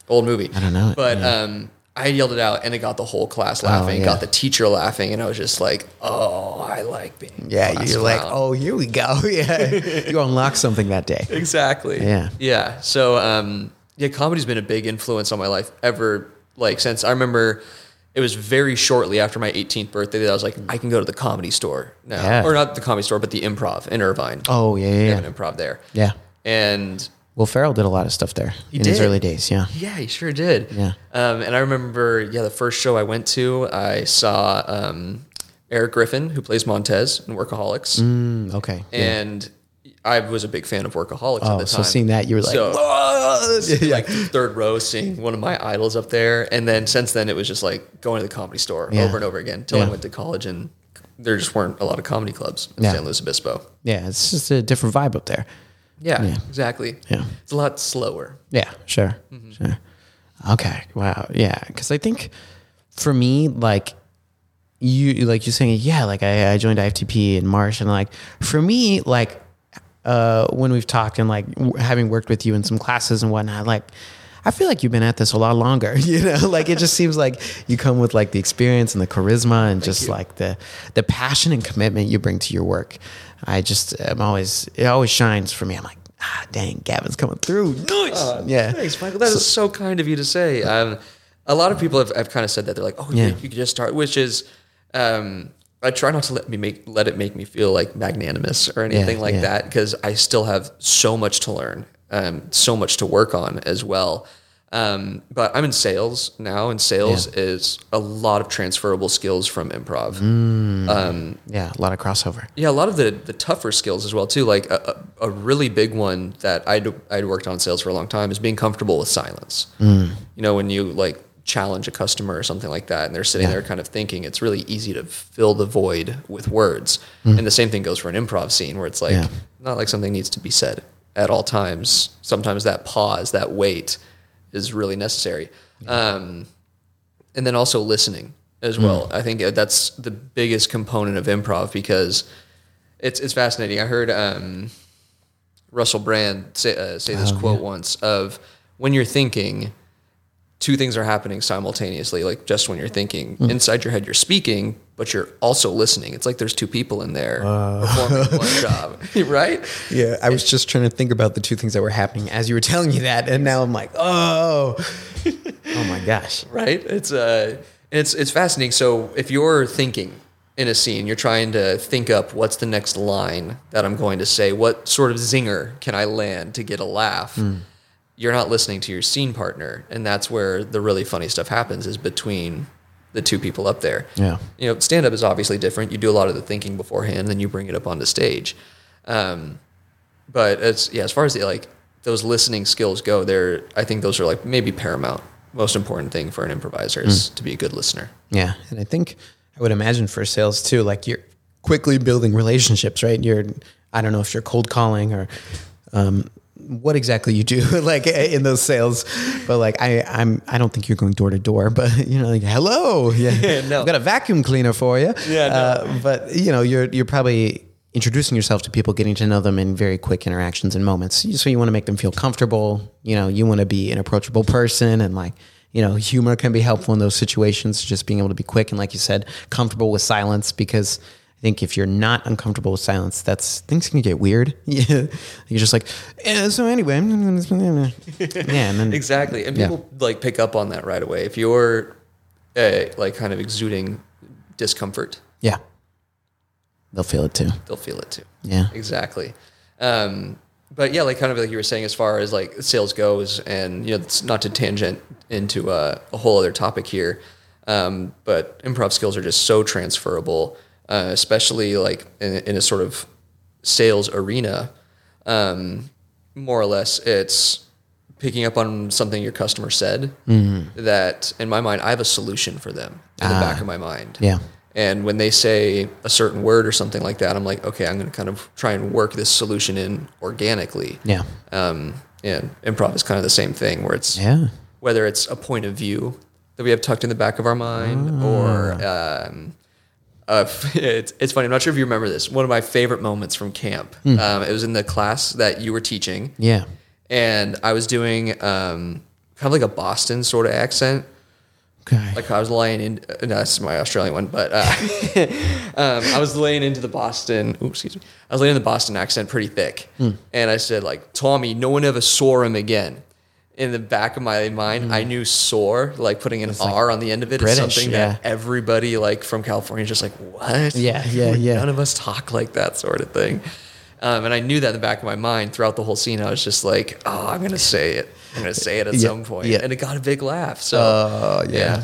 S2: Old movie. I
S1: Oh. don't know it, Oh,
S2: but um, I yelled it out, and it got the whole class laughing,
S1: yeah.
S2: got the teacher laughing, and I was just like, "Oh, I like being." a
S1: Yeah.
S2: class
S1: you're like,
S2: clown."
S1: oh, here we go. Yeah. you unlock something that day.
S2: Exactly.
S1: Yeah.
S2: Yeah. So um yeah, comedy's been a big influence on my life ever like since I remember it was very shortly after my 18th birthday that I was like, I can go to the comedy store now.
S1: Yeah.
S2: Or not the comedy store, but the improv in Irvine.
S1: Oh, yeah. Yeah.
S2: They have
S1: Yeah.
S2: an improv there.
S1: yeah.
S2: And
S1: Well, Farrell did a lot of stuff there in his
S2: did.
S1: early days. Yeah.
S2: yeah, he sure did.
S1: Yeah.
S2: Um, and I remember, yeah, the first show I went to, I saw um, Eric Griffin, who plays Montez in Workaholics.
S1: Mm, okay. Yeah.
S2: And I was a big fan of Workaholics at the
S1: Oh,
S2: time.
S1: so seeing that, you were like,
S2: So-
S1: "Whoa!" yeah.
S2: like the third row seeing one of my idols up there. And then since then, it was just like going to the comedy store
S1: Yeah.
S2: over and over again until
S1: Yeah.
S2: I went to college and there just weren't a lot of comedy clubs in
S1: Yeah.
S2: San Luis Obispo.
S1: yeah. It's just a different vibe up there.
S2: Yeah, exactly.
S1: Yeah.
S2: It's a lot slower.
S1: Yeah, sure, sure. Okay, wow, yeah. Because I think for me, like you, like you're saying, yeah, like I, I joined IFTP in March, and like for me, like uh, when we've talked and like w- having worked with you in some classes and whatnot, like. I feel like you've been at this a lot longer, you know. Like it just seems like you come with like the experience and the charisma and just like the the passion and commitment you bring to your work. I just am always it always shines for me. I'm like, ah, dang, Gavin's coming through. Nice, Uh, yeah.
S2: Thanks, Michael. That is so, kind of you to say. Um, a lot of people have, have kind of said that they're like, "Oh,
S1: Yeah.
S2: you, you could just start," which is, um, I try not to let me make let it make me feel like magnanimous or anything like
S1: yeah.
S2: that because I still have so much to learn, um, so much to work on as well. Um, but I'm in sales now, and sales is a lot of transferable skills from
S1: Mm-hmm.
S2: improv.
S1: Yeah, a lot of crossover.
S2: Yeah, a lot of the, the tougher skills as well too. Like a, a a really big one that I'd I'd worked on sales for a long time is being comfortable with silence. You know, when you like challenge a customer or something like that, and they're sitting there kind of thinking, it's really easy to fill the void with words. And the same thing goes for an improv scene where it's like
S1: Yeah.
S2: not like something needs to be said at all times. Sometimes that pause, that wait, is really necessary. Um, and then also listening as well. I think that's the biggest component of improv because it's it's fascinating. I heard um, Russell Brand say, uh, say this quote once of when you're thinking, two things are happening simultaneously. Like just when you're thinking, inside your head you're speaking, but you're also listening. It's like there's two people in there performing one job, right?
S1: Yeah, I was just trying to think about the two things that were happening as you were telling me that, and now I'm like, oh, oh my gosh.
S2: right? It's uh, and it's it's fascinating. So if you're thinking in a scene, you're trying to think up what's the next line that I'm going to say. What sort of zinger can I land to get a laugh? You're not listening to your scene partner, and that's where the really funny stuff happens is between the two people up there.
S1: Yeah.
S2: you know, stand up is obviously different. You do a lot of the thinking beforehand, then you bring it up onto stage. Um, but as yeah, as far as the, like those listening skills go, there I think those are like maybe paramount, most important thing for an improviser is to be a good listener.
S1: Yeah, and I think I would imagine for sales too, like you're quickly building relationships, right? You're, I don't know if you're cold calling or um, what exactly you do, like eh, in those sales, but like I, I'm, I don't think you're going door to door, but you know, like hello, yeah,
S2: no.
S1: I've got a vacuum cleaner for you,
S2: Yeah, no.
S1: Uh, but you know, you're you're probably introducing yourself to people, getting to know them in very quick interactions and moments. So you want to make them feel comfortable. You know, you want to be an approachable person, and like you know, humor can be helpful in those situations. Just being able to be quick and, like you said, comfortable with silence because. I think if you're not uncomfortable with silence, that's things can get weird. Yeah, you're just like, eh, so anyway, yeah, and then
S2: Exactly, and
S1: Yeah.
S2: people like pick up on that right away. If you're uh, like kind of exuding discomfort,
S1: yeah, they'll feel it too.
S2: they'll feel it too.
S1: Yeah,
S2: Exactly. Um, but yeah, like kind of like you were saying, as far as like sales goes, and you know, it's not to tangent into uh, a whole other topic here, um, but improv skills are just so transferable, uh, especially like in, in a sort of sales arena. Um, more or less, it's picking up on something your customer said
S1: Mm-hmm.
S2: that, in my mind, I have a solution for them in the back of my mind.
S1: Ah. Yeah.
S2: And when they say a certain word or something like that, I'm like, okay, I'm going to kind of try and work this solution in organically.
S1: Yeah.
S2: Um, and improv is kind of the same thing where it's
S1: Yeah.
S2: whether it's a point of view that we have tucked in the back of our mind or
S1: Ah.
S2: um, uh, it's, it's funny. I'm not sure if you remember this. One of my favorite moments from camp.
S1: Hmm.
S2: Um, it was in the class that you were teaching
S1: Yeah.
S2: and I was doing um, kind of like a Boston sort of accent.
S1: Okay.
S2: Like I was laying in. uh, No, that's my Australian one, but uh, um, I was laying into the Boston. Oops, excuse me. I was laying in the Boston accent pretty thick,
S1: Hmm.
S2: and I said like Tommy. No one ever saw him again. In the back of my mind, I knew "soar," like putting an R on the end of it, is
S1: Hmm. British,
S2: something that everybody like from California is just like, "What?
S1: Yeah, yeah, yeah.
S2: None of us talk like that sort of thing." Um, and I knew that in the back of my mind throughout the whole scene. I was just like, "Oh, I'm gonna say it. I'm gonna say it at
S1: Yeah,
S2: some point."
S1: yeah. Uh,
S2: And it got a big laugh. So yeah.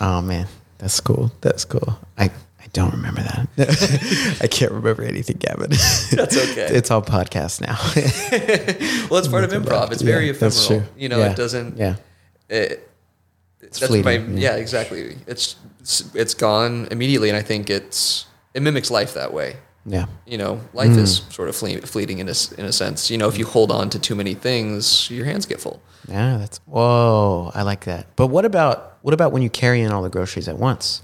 S1: Oh man, that's cool. That's cool. I I don't remember that. I can't remember anything, Gavin. That's
S2: okay.
S1: it's all podcast now.
S2: Well, that's part of improv. It's very
S1: Yeah,
S2: ephemeral.
S1: that's true.
S2: You know,
S1: Yeah.
S2: it doesn't.
S1: Yeah.
S2: It, it's that's
S1: fleeting,
S2: my-
S1: yeah.
S2: yeah. exactly. It's, it's it's gone immediately, and I think it's it mimics life that way.
S1: Yeah.
S2: You know, life
S1: Hmm.
S2: is sort of fle- fleeting in a s- in a sense. You know, if you hold on to too many things, your hands get full.
S1: Yeah, that's whoa, I like that. But what about what about when you carry in all the groceries at once?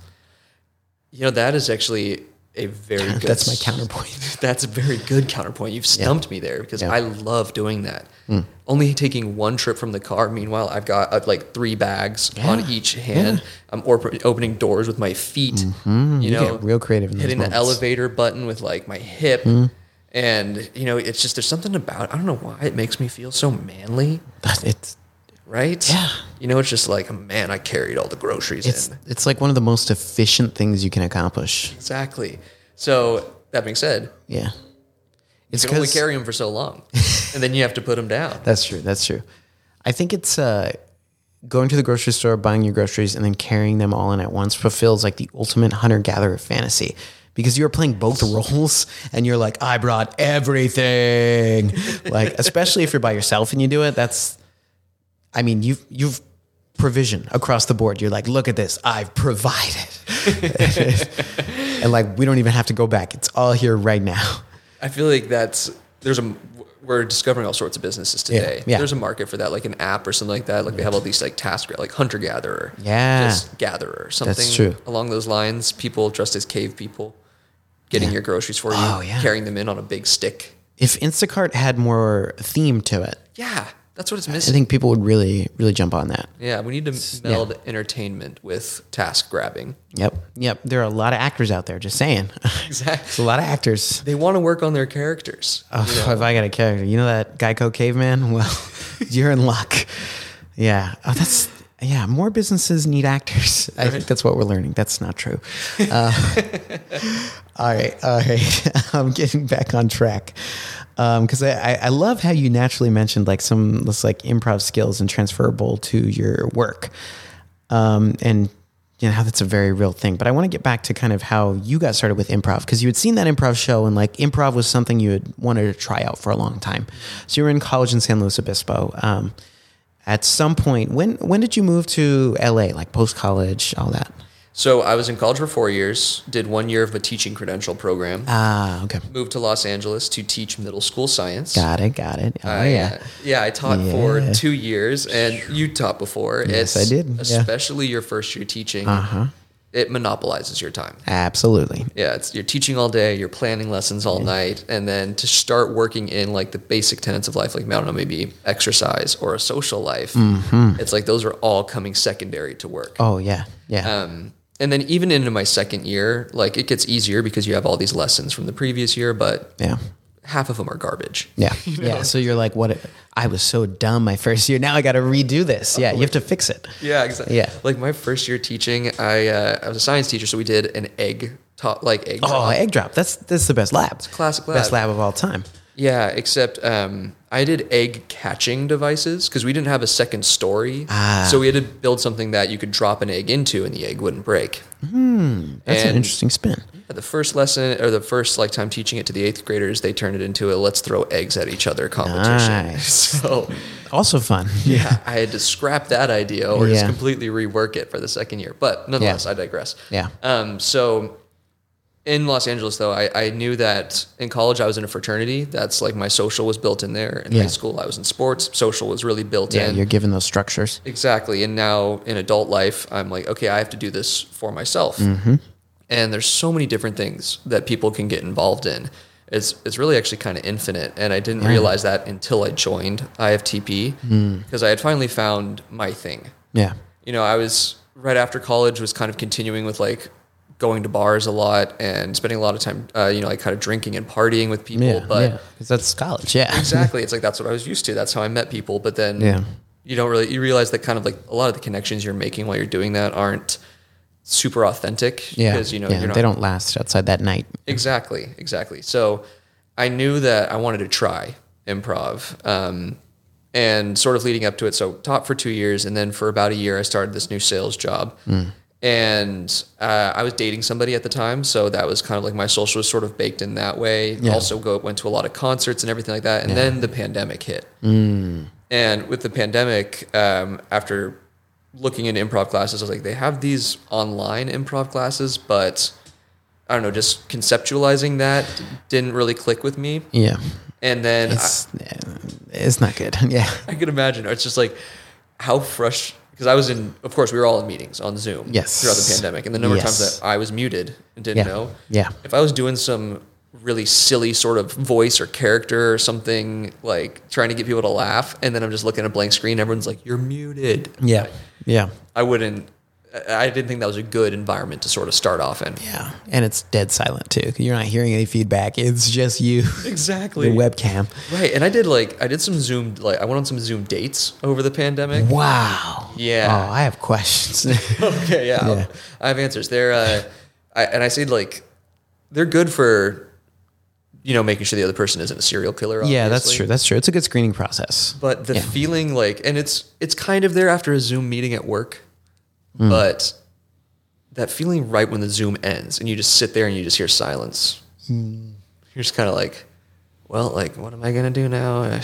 S2: You know, that is actually a very good.
S1: That's my
S2: s-
S1: counterpoint.
S2: That's a very good counterpoint. You've stumped me there because
S1: Yeah. Mm.
S2: I love doing that. Only taking one trip from the car. Meanwhile, I've got uh, like three bags on each hand. I'm or- opening doors with my feet. You know,
S1: Mm-hmm. get real creative in those
S2: hitting the
S1: moments. Mm-hmm.
S2: elevator button with like my hip. And you know, it's just there's something about I don't know why it makes me feel so manly,
S1: That- It's
S2: right?
S1: Yeah.
S2: You know, it's just like man, I carried all the groceries
S1: it's
S2: in.
S1: it's like one of the most efficient things you can accomplish.
S2: Exactly. So that being said,
S1: Yeah. It's
S2: you can only
S1: 'cause-
S2: carry them for so long, and then you have to put them down.
S1: That's true. That's true. I think it's uh, going to the grocery store, buying your groceries, and then carrying them all in at once fulfills like the ultimate hunter gatherer fantasy because you're playing both roles and you're like, I brought everything. like, especially if you're by yourself and you do it, that's, I mean, you've, you've, provision across the board you're like look at this i've provided and like we don't even have to go back it's all here right now
S2: I feel like that's there's a we're discovering all sorts of businesses today.
S1: yeah.
S2: There's a market for that, like an app or something like that. Like they have all these like task like hunter gatherer,
S1: Yeah.
S2: just gatherer, something
S1: true.
S2: along those lines. People dressed as cave people, getting your groceries for you,
S1: Oh, yeah.
S2: carrying them in on a big stick.
S1: if instacart had more theme to it
S2: Yeah, that's what it's
S1: I
S2: missing.
S1: think people would really, really jump on that.
S2: yeah, we need to meld entertainment with task grabbing.
S1: Yep. Yep. There are a lot of actors out there, just saying. It's
S2: Exactly.
S1: a lot of actors.
S2: They want to work on their characters.
S1: Oh, If I got a character, you know that Geico caveman? Well, you're in luck. Yeah. Oh, that's, yeah, more businesses need actors. I think that's what we're learning. That's not true. Uh, All right, all right. I'm getting back on track because I, I, I love how you naturally mentioned like some this like improv skills and transferable to your work, um, and you know how that's a very real thing. But I want to get back to kind of how you got started with improv because you had seen that improv show and like improv was something you had wanted to try out for a long time. So you were in college in San Luis Obispo. Um, at some point, when when did you move to LA? Like post college, all that.
S2: So I was in college for four years, did one year of a teaching credential program,
S1: Ah, okay.
S2: moved to Los Angeles to teach middle school science.
S1: Got it. Got it. Oh
S2: I, uh,
S1: yeah.
S2: yeah, I taught for
S1: Yeah.
S2: two years, and you taught before.
S1: Yes,
S2: It's-
S1: I did, yeah. Uh-huh.
S2: Especially your first year teaching, it monopolizes your time.
S1: Absolutely.
S2: Yeah, it's, you're teaching all day, you're planning lessons all night, and then to start working in like the basic tenets of life, like I don't know, maybe exercise or a social life.
S1: Mm-hmm.
S2: It's like those are all coming secondary to work.
S1: Oh yeah, yeah,
S2: Um, and then even into my second year, like it gets easier because you have all these lessons from the previous year, but
S1: yeah,
S2: half of them are garbage.
S1: yeah, yeah. So you're like, what? I was so dumb my first year. Now I got to redo this. Yeah, you have to fix it.
S2: Yeah, exactly.
S1: Yeah.
S2: Like my first year teaching, I uh, I was a science teacher, so we did an egg taught like egg.
S1: Oh,
S2: drop.
S1: egg drop. That's that's the best lab.
S2: classic
S1: Best
S2: lab.
S1: lab of all time.
S2: Yeah, except um, I did egg catching devices because we didn't have a second story.
S1: Ah.
S2: So we had to build something that you could drop an egg into and the egg wouldn't break.
S1: Hmm, That's an
S2: And-
S1: interesting spin.
S2: The first lesson or the first like time teaching it to the eighth graders, they turned it into a let's throw eggs at each other competition.
S1: Nice.
S2: So
S1: Also fun. Yeah.
S2: yeah, I had to scrap that idea or just
S1: Yeah.
S2: completely rework it for the second year. But nonetheless,
S1: Yeah.
S2: I digress.
S1: Yeah.
S2: Um, so in Los Angeles, though, I, I knew that in college I was in a fraternity. That's like my social was built in there. In
S1: Yeah.
S2: high school, I was in sports. Social was really built in.
S1: you're given those structures.
S2: Exactly. And now in adult life, I'm like, okay, I have to do this for myself.
S1: Mm-hmm.
S2: And there's so many different things that people can get involved in. It's it's really actually kind of infinite. And I didn't realize that until I joined IFTP
S1: Mm.
S2: because I had finally found my thing.
S1: Yeah.
S2: You know, I was right after college was kind of continuing with like going to bars a lot and spending a lot of time, uh, you know, like kind of drinking and partying with people.
S1: Yeah.
S2: but
S1: yeah. 'Cause that's college. Yeah.
S2: exactly. It's like that's what I was used to. That's how I met people. But then
S1: Yeah.
S2: you don't really you realize that kind of like a lot of the connections you're making while you're doing that aren't super authentic.
S1: Yeah.
S2: Because you know
S1: yeah.
S2: you're not
S1: they don't last outside that night.
S2: Exactly, exactly. So I knew that I wanted to try improv. Um, and sort of leading up to it, so taught for two years, and then for about a year, I started this new sales job. And uh, I was dating somebody at the time, so that was kind of like my social was sort of baked in that way. Also, go went to a lot of concerts and everything like that. And then the pandemic hit. And with the pandemic, um, after looking into improv classes, I was like, they have these online improv classes, but I don't know, just conceptualizing that didn't really click with me.
S1: Yeah.
S2: And then I,
S1: It's, it's not good. Yeah.
S2: I could imagine it's just like how fresh because I was in, of course, we were all in meetings on Zoom
S1: Yes.
S2: throughout the pandemic, and the number of
S1: Yes.
S2: times that I was muted and didn't
S1: Yeah.
S2: know.
S1: Yeah.
S2: if I was doing some really silly sort of voice or character or something like trying to get people to laugh, and then I'm just looking at a blank screen, everyone's like, "You're muted."
S1: Yeah. Yeah.
S2: I wouldn't. I I didn't think that was a good environment to sort of start off in.
S1: Yeah. And it's dead silent too. You're not hearing any feedback. It's just you,
S2: Exactly.
S1: the webcam.
S2: Right, and I did like I did some Zoom like I went on some Zoom dates over the pandemic.
S1: Wow.
S2: Yeah.
S1: Oh, I have questions.
S2: okay, yeah, I'll-
S1: Yeah.
S2: I have answers. They're uh, I, and I say like they're good for you know making sure the other person isn't a serial killer.
S1: yeah, that's
S2: obviously.
S1: true. That's true. It's a good screening process.
S2: But the feeling like, and it's it's kind of there after a Zoom meeting at work,
S1: Mm.
S2: but that feeling right when the Zoom ends and you just sit there and you just hear silence.
S1: Mm.
S2: You're just kind of like, well, like what am I gonna do now? Uh,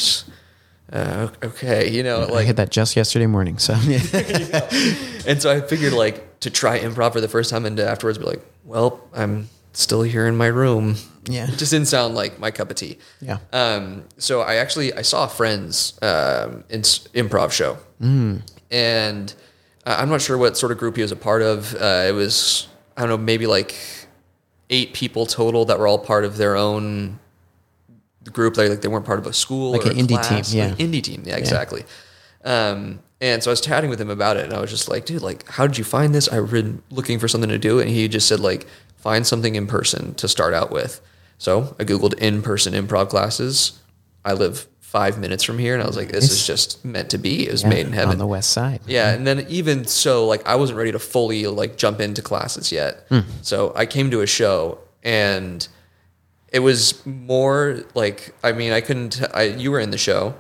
S2: Uh, okay, you know,
S1: I
S2: like
S1: hit that just yesterday morning. So yeah.
S2: And so I figured like to try improv for the first time and to afterwards be like, well, I'm still here in my room.
S1: Yeah.
S2: It just didn't sound like my cup of tea.
S1: Yeah.
S2: Um, so I actually, I saw a friend's um, in, improv show
S1: Mm.
S2: and I- I'm not sure what sort of group he was a part of. Uh, it was, I don't know, maybe like eight people total that were all part of their own group. They like they weren't part of a school,
S1: Like
S2: or
S1: an
S2: a
S1: indie
S2: class,
S1: team,
S2: like
S1: yeah.
S2: indie team. Yeah, exactly. Um, and so I was chatting with him about it, and I was just like, "Dude, like, how did you find this? I've been looking for something to do," and he just said, "Like, find something in person to start out with." So I googled in-person improv classes. I live five minutes from here, and I was like, "This is just meant to be. It was made in heaven."
S1: on the west side.
S2: Yeah, and then even so, like I wasn't ready to fully like jump into classes yet. So I came to a show and it was more like I mean I couldn't I you were in the show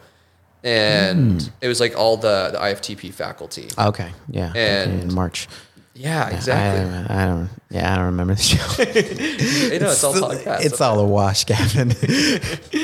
S2: and it was like all the, the IFTP faculty.
S1: Okay. Yeah. Okay,
S2: And-
S1: in March.
S2: yeah,
S1: I
S2: exactly.
S1: don't, I don't. Yeah, I don't remember the show.
S2: you know, it's all podcasts.
S1: it's all a wash, Gavin.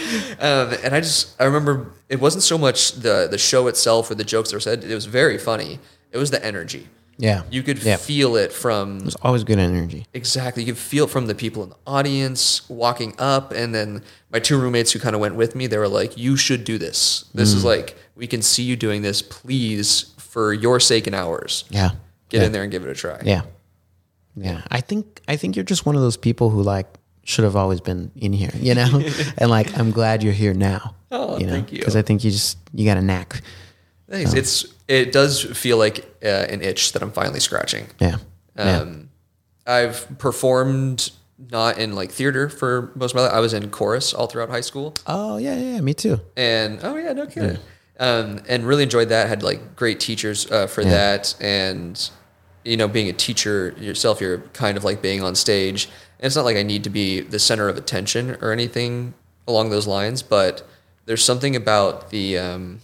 S2: Um, and I just I remember it wasn't so much the the show itself or the jokes that were said. It was very funny. It was the energy.
S1: yeah.
S2: You could
S1: Yeah.
S2: feel it from
S1: It's always good energy.
S2: Exactly. You could feel it from the people in the audience walking up. And then my two roommates who kind of went with me, they were like, You should do this. This
S1: Mm.
S2: is like, we can see you doing this. Please, for your sake and ours,
S1: Yeah.
S2: get
S1: yeah.
S2: in there and give it a try.
S1: Yeah. Yeah. I think I think you're just one of those people who like should have always been in here, you know? and like I'm glad you're here now.
S2: Oh, thank you.
S1: Because I um, think you just you got a knack.
S2: Thanks. It's, it does feel like uh, an itch that I'm finally scratching.
S1: Yeah. yeah.
S2: Um, I've performed not in like theater for most of my life. I was in chorus all throughout high school.
S1: Oh yeah, yeah, yeah, me too.
S2: and oh yeah, no kidding. Um, and really enjoyed that. Had like great teachers uh, for that, and you know, being a teacher yourself, you're kind of like being on stage. And it's not like I need to be the center of attention or anything along those lines, but there's something about the um,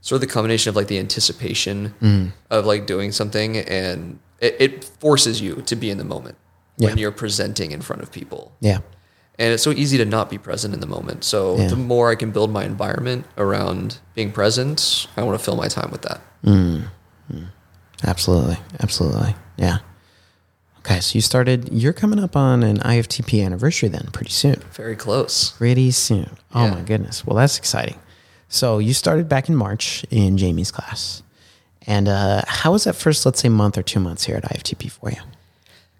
S2: sort of the combination of like the anticipation of like doing something and it, it forces you to be in the moment when
S1: Yeah.
S2: you're presenting in front of people.
S1: Yeah.
S2: And it's so easy to not be present in the moment. So
S1: Yeah.
S2: the more I can build my environment around being present, I want to fill my time with that.
S1: Absolutely. Absolutely. Yeah. Okay. So you started, you're coming up on an IFTP anniversary then pretty soon.
S2: Very close.
S1: Pretty soon. Oh
S2: Yeah.
S1: my goodness. Well, that's exciting. So you started back in March in Jamie's class. And uh, how was that first, let's say, month or two months here at IFTP for you?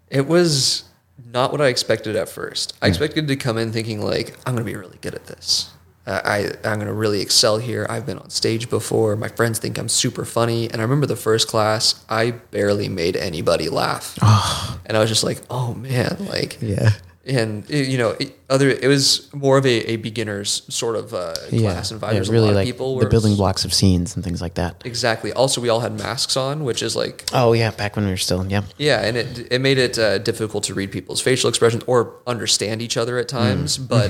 S2: It was not what I expected at first. I expected to come in thinking like I'm going to be really good at this. Uh, I I'm going to really excel here. I've been on stage before. My friends think I'm super funny. And I remember the first class, I barely made anybody laugh. And I was just like, "Oh man, like
S1: Yeah.
S2: and uh, you know, it, other it was more of a, a beginner's sort of uh, class and vibe. There's a lot
S1: like
S2: of people
S1: the
S2: were-
S1: building blocks of scenes and things like that.
S2: Exactly. Also, we all had masks on, which is like
S1: Oh, yeah. Back when we were still, yeah.
S2: yeah, and it it made it uh, difficult to read people's facial expressions or understand each other at times. But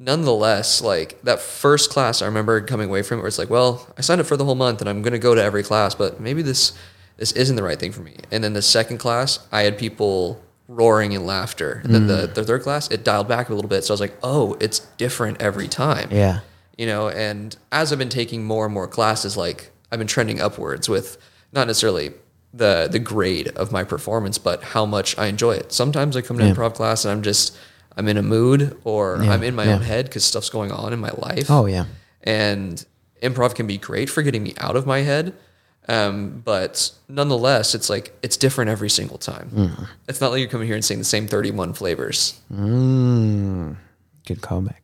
S2: nonetheless, like that first class, I remember coming away from it where it's like, well, I signed up for the whole month and I'm going to go to every class, but maybe this this isn't the right thing for me. And then the second class, I had people roaring in laughter. And then the, the third class, it dialed back a little bit. So I was like, oh, it's different every time
S1: Yeah.
S2: you know and as i've been taking more and more classes like i've been trending upwards with not necessarily the the grade of my performance but how much i enjoy it sometimes i come to improv class and i'm just i'm in a mood or i'm in my
S1: yeah.
S2: own head because stuff's going on in my life
S1: Oh, yeah.
S2: and improv can be great for getting me out of my head um, but nonetheless it's like it's different every single time
S1: Mm-hmm.
S2: it's not like you're coming here and saying the same 31 flavors
S1: Good callback.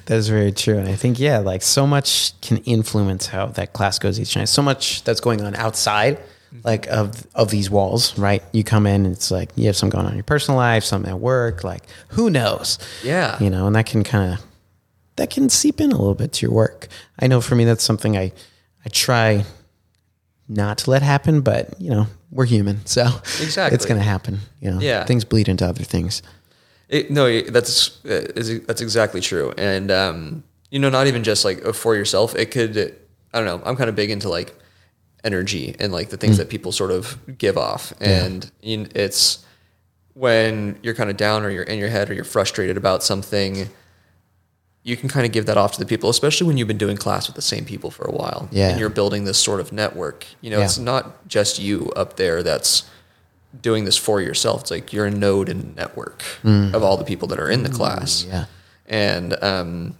S1: that's very true. And I think, yeah, like so much can influence how that class goes each night. So much that's going on outside
S2: Mm-hmm.
S1: like of of these walls, right? You come in and it's like you have some going on in your personal life, some at work, like who knows?
S2: Yeah.
S1: You know, and that can kind of that can seep in a little bit to your work. I know for me that's something I I try not to let happen, but you know, we're human. So
S2: Exactly.
S1: it's gonna happen. You know,
S2: Yeah.
S1: things bleed into other things.
S2: It, no, that's uh, is, that's exactly true, and um, you know, not even just like uh, for yourself. It could, I don't know. I'm kind of big into like energy and like the
S1: Mm.
S2: things that people sort of give off, and you, it's when you're kind of down or you're in your head or you're frustrated about something. You can kind of give that off to the people, especially when you've been doing class with the same people for a while,
S1: Yeah.
S2: and you're building this sort of network. You know,
S1: Yeah.
S2: it's not just you up there that's doing this for yourself. It's like you're a node and network of all the people that are in the class.
S1: Yeah.
S2: And, um,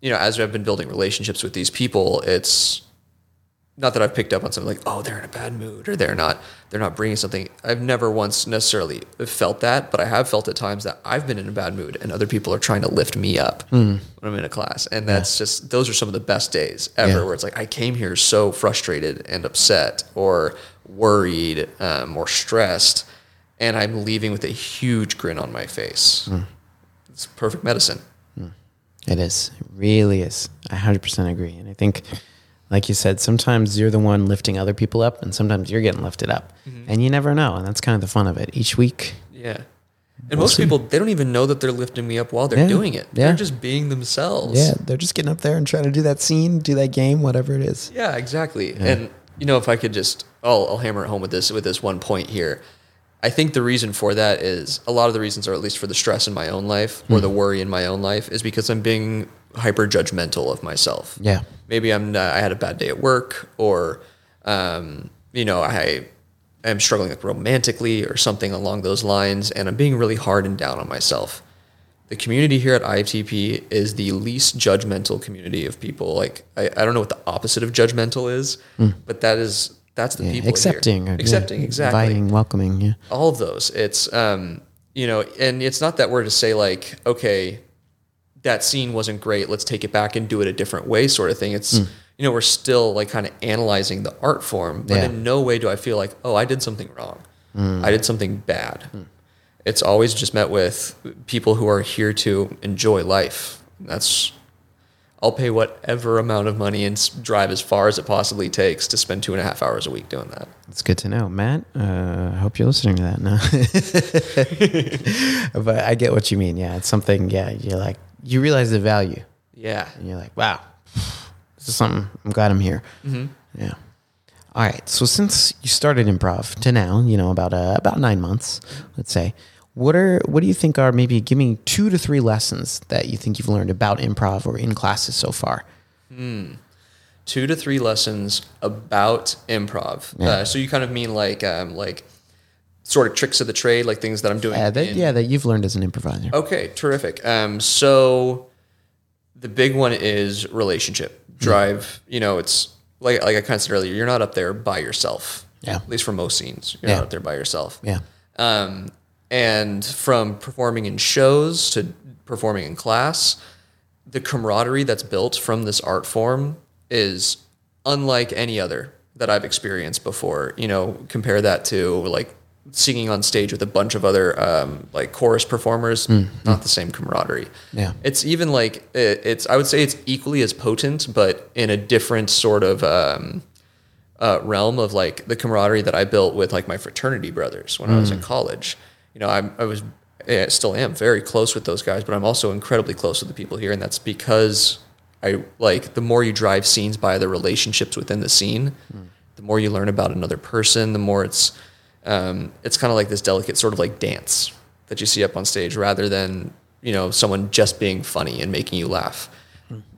S2: you know, as I've been building relationships with these people, it's not that I've picked up on something like, oh, they're in a bad mood or they're not, they're not bringing something. I've never once necessarily felt that, but I have felt at times that I've been in a bad mood and other people are trying to lift me up when I'm in a class. And that's just, those are some of the best days ever
S1: Yeah.
S2: where it's like, I came here so frustrated and upset or worried um, or stressed. And I'm leaving with a huge grin on my face. It's perfect medicine.
S1: It is. It really is. I 100% agree. And I think, like you said, sometimes you're the one lifting other people up, and sometimes you're getting lifted up.
S2: Mm-hmm.
S1: And you never know. And that's kind of the fun of it. Each week,
S2: Yeah. And most people, they don't even know that they're lifting me up while they're
S1: Yeah.
S2: doing it.
S1: Yeah.
S2: They're just being themselves.
S1: yeah, they're just getting up there and trying to do that scene, do that game, whatever it is.
S2: Yeah, exactly. And you know, if I could just, I'll, I'll hammer it home with this with this one point here. I think the reason for that is a lot of the reasons are at least for the stress in my own life or
S1: Hmm.
S2: the worry in my own life is because I'm being hyper judgmental of myself.
S1: Yeah.
S2: maybe I'm not, I had a bad day at work or um, you know I am struggling like romantically or something along those lines, and I'm being really hard and down on myself. The community here at IFTP is the least judgmental community of people. Like I, I don't know what the opposite of judgmental is, but that is that's the people here.
S1: Hmm. Accepting. or, yeah,
S2: accepting, exactly
S1: Inviting, welcoming. Yeah.
S2: all of those. It's um, you know, and it's not that we're to say like, okay, that scene wasn't great. Let's take it back and do it a different way, sort of thing. It's you know, we're still like kind of analyzing the art form, but
S1: Yeah.
S2: in no way do I feel like, oh, I did something wrong. I did something bad. It's always just met with people who are here to enjoy life. That's I'll pay whatever amount of money and s- drive as far as it possibly takes to spend two and a half hours a week doing that.
S1: It's good to know, Matt. uh, I hope you're listening to that now. but I get what you mean. Yeah, it's something. Yeah, you're like you realize the value,
S2: Yeah.
S1: and you're like, wow, this is something. I'm glad I'm here.
S2: Mm-hmm.
S1: Yeah. All right. So since you started improv to now, you know about uh, about nine months, let's say. What are what do you think are maybe give me two to three lessons that you think you've learned about improv or in classes so far?
S2: two to three lessons about improv. Uh, so you kind of mean like um, like sort of tricks of the trade, like things that I'm doing.
S1: Uh, that,
S2: in- Oh.
S1: yeah, that you've learned as an improviser.
S2: Okay, terrific. Um, so the big one is relationship
S1: Hmm.
S2: drive. You know, it's like like I kind of said earlier, you're not up there by yourself.
S1: Yeah.
S2: At least for most scenes, you're
S1: Yeah.
S2: not up there by yourself.
S1: Yeah.
S2: Um, and from performing in shows to performing in class, the camaraderie that's built from this art form is unlike any other that I've experienced before. You know, compare that to like singing on stage with a bunch of other um, like chorus performers, not the same camaraderie.
S1: Yeah.
S2: It's even like it, it's I would say it's equally as potent, but in a different sort of um, uh, realm of like the camaraderie that I built with like my fraternity brothers when I was in college. You know, I'm, I was eh, still am very close with those guys, but I'm also incredibly close with the people here, and that's because I like the more you drive scenes by the relationships within the scene, the more you learn about another person, the more it's um, it's kind of like this delicate sort of like dance that you see up on stage rather than you know someone just being funny and making you laugh.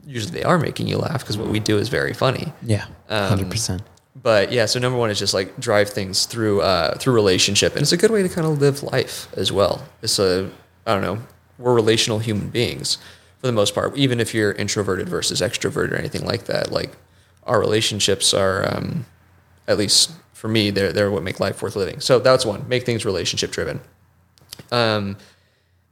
S2: Usually they are making you laugh because what we do is very funny
S1: Yeah.
S2: Um,
S1: Hundred percent.
S2: but yeah, so number one is just like drive things through uh, through relationship, and it's a good way to kind of live life as well. It's a I don't know, we're relational human beings for the most part, even if you're introverted versus extroverted or anything like that. Like our relationships are, um, at least for me, they're they're what make life worth living. So that's one, make things relationship driven. Um,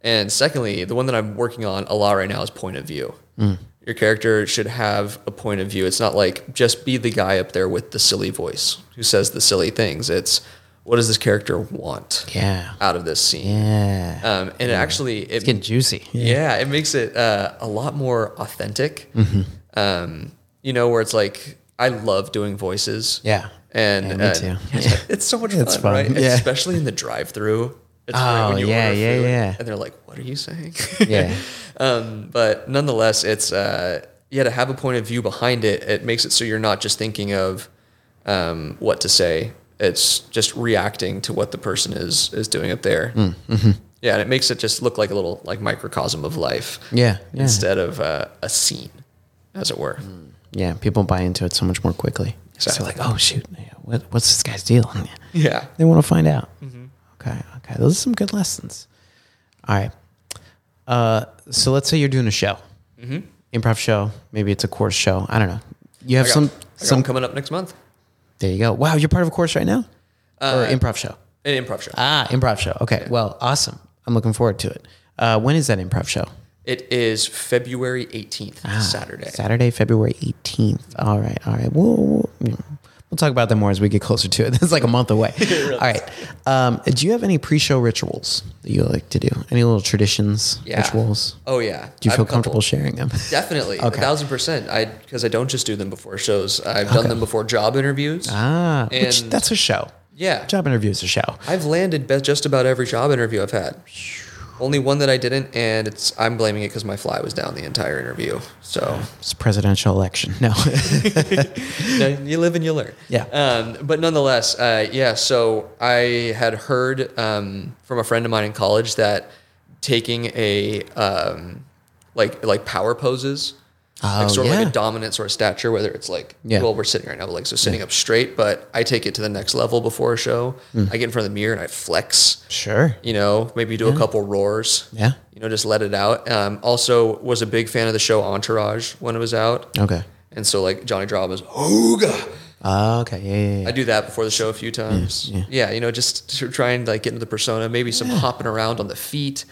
S2: and secondly, the one that I'm working on a lot right now is point of view.
S1: Mm.
S2: Your character should have a point of view. It's not like just be the guy up there with the silly voice who says the silly things. It's what does this character want
S1: Yeah.
S2: out of this scene?
S1: Yeah.
S2: Um, and it actually, it,
S1: Getting juicy.
S2: yeah, it makes it uh, a lot more authentic.
S1: Mm-hmm.
S2: Um, you know, where it's like I love doing voices.
S1: Yeah.
S2: and
S1: Yeah, me
S2: uh,
S1: too.
S2: it's so much
S1: It's
S2: fun,
S1: fun.
S2: right?
S1: Yeah.
S2: Especially in the drive-through. It's great
S1: Oh, yeah,
S2: order
S1: yeah,
S2: food
S1: yeah.
S2: And they're like, "What are you saying?"
S1: Yeah.
S2: um, but nonetheless, it's uh, yeah to have a point of view behind it. It makes it so you're not just thinking of um, what to say. It's just reacting to what the person is is doing up there.
S1: Mm, mm-hmm.
S2: Yeah, and it makes it just look like a little like microcosm of life.
S1: Yeah, yeah. Mm.
S2: Instead of uh, a scene, as it were.
S1: Yeah. People buy into it so much more quickly. So
S2: Exactly.
S1: they're like, oh, shoot. yeah, What, what's this guy's deal?
S2: Yeah.
S1: They want to find out.
S2: Mm-hmm.
S1: Okay. Okay. Those are some good lessons. All right. Uh, so let's say you're doing a show,
S2: Mm-hmm.
S1: improv show. Maybe it's a course show. I don't know. You have
S2: I got-
S1: some,
S2: I got
S1: some,
S2: one coming up next month.
S1: there you go. Wow. You're part of a course right now?
S2: Uh,
S1: or improv show?
S2: An improv show.
S1: Ah, improv show. Okay. Well, awesome. I'm looking forward to it. Uh, when is that improv show?
S2: It is February 18th, Saturday.
S1: Ah, Saturday, February 18th. All right. All right. We'll, we'll, we'll talk about that more as we get closer to it. That's like a month away. all right. Um, do you have any pre show rituals that you like to do? Any little traditions,
S2: Yeah.
S1: rituals?
S2: Oh, yeah.
S1: Do you
S2: I have
S1: feel
S2: a couple.
S1: comfortable sharing them?
S2: Definitely. A thousand percent. I Because I don't just do them before shows, I've done them before job interviews.
S1: ah, which
S2: And-
S1: that's a show.
S2: Yeah.
S1: Job interview is a show.
S2: I've landed be- just about every job interview I've had. Only one that I didn't, and it's I'm blaming it because my fly was down the entire interview. So
S1: It's a presidential election. No.
S2: No, you live and you learn.
S1: Yeah.
S2: Um, but nonetheless, uh, yeah. So I had heard um, from a friend of mine in college that taking a um, like like power poses,
S1: Oh,
S2: like sort of
S1: yeah.
S2: like a dominant sort of stature, whether it's like
S1: Yeah.
S2: well we're sitting right now, but like so sitting up straight. But I take it to the next level before a show.
S1: Hmm.
S2: I get in front of the mirror and I flex.
S1: sure.
S2: You know, maybe do a couple roars.
S1: Yeah.
S2: You know, just let it out. Um, also, was a big fan of the show Entourage when it was out.
S1: Okay.
S2: And so, like Johnny Drama's "Ooga,"
S1: Ah, okay. Yeah, yeah, yeah.
S2: I do that before the show a few times.
S1: yeah.
S2: Yeah, you know, just to try and like get into the persona, maybe some hopping around on the feet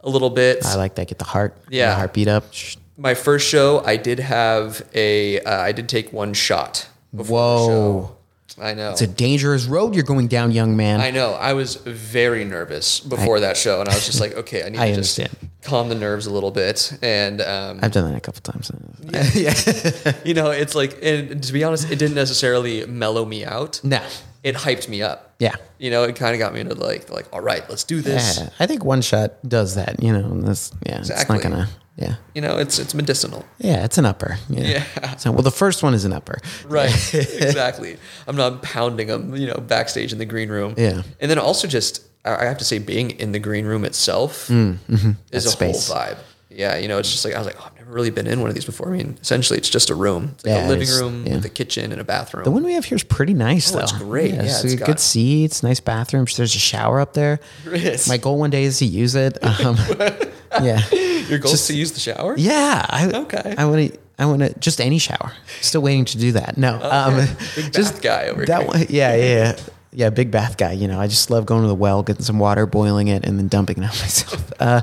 S2: a little bit.
S1: I like that. Get the heart. get
S2: Yeah.
S1: The heartbeat up. Shh.
S2: My first show, I did have a, uh, I did take one shot before the
S1: Whoa.
S2: show. I know.
S1: Oh. It's a dangerous road you're going down, young man.
S2: I know. I was very nervous before that show, and I was just like, okay, I need
S1: I
S2: to just
S1: understand.
S2: calm the nerves a little bit. And um,
S1: I've done that a couple times.
S2: you know, it's like, and to be honest, it didn't necessarily mellow me out.
S1: No.
S2: It hyped me up.
S1: Yeah.
S2: You know, it kind of got me into like, like, all right, let's do this.
S1: Yeah, I think one shot does that. You know, that's yeah,
S2: Exactly.
S1: it's not gonna yeah.
S2: You know, it's it's medicinal.
S1: Yeah, it's an upper. Yeah. So, well, the first one is an upper.
S2: Right. exactly. I'm not pounding them, you know, backstage in the green room.
S1: Yeah.
S2: And then also just, I I have to say, being in the green room itself is
S1: Mm, mm-hmm. That
S2: a
S1: space.
S2: whole vibe. Yeah. You know, it's just like, I was like, oh, I've never really been in one of these before. I mean, essentially, it's just a room, It's like
S1: Yeah,
S2: a living
S1: it's-
S2: room
S1: yeah.
S2: with a kitchen and a bathroom.
S1: The one we have here is pretty nice,
S2: Oh,
S1: though.
S2: it's great. Yeah,
S1: so
S2: it's
S1: good
S2: got-
S1: seats, nice bathrooms. There's a shower up there.
S2: Chris,
S1: My goal one day is to use it. Um, yeah,
S2: your goal is to use the shower?
S1: yeah. I,
S2: Okay.
S1: I want to. I want to just any shower. Still waiting to do that. No, um,
S2: Big
S1: just
S2: bath guy over
S1: that
S2: here.
S1: one. Yeah, yeah, yeah. Yeah, big bath guy. You know, I just love going to the well, getting some water, boiling it, and then dumping it on myself. Uh,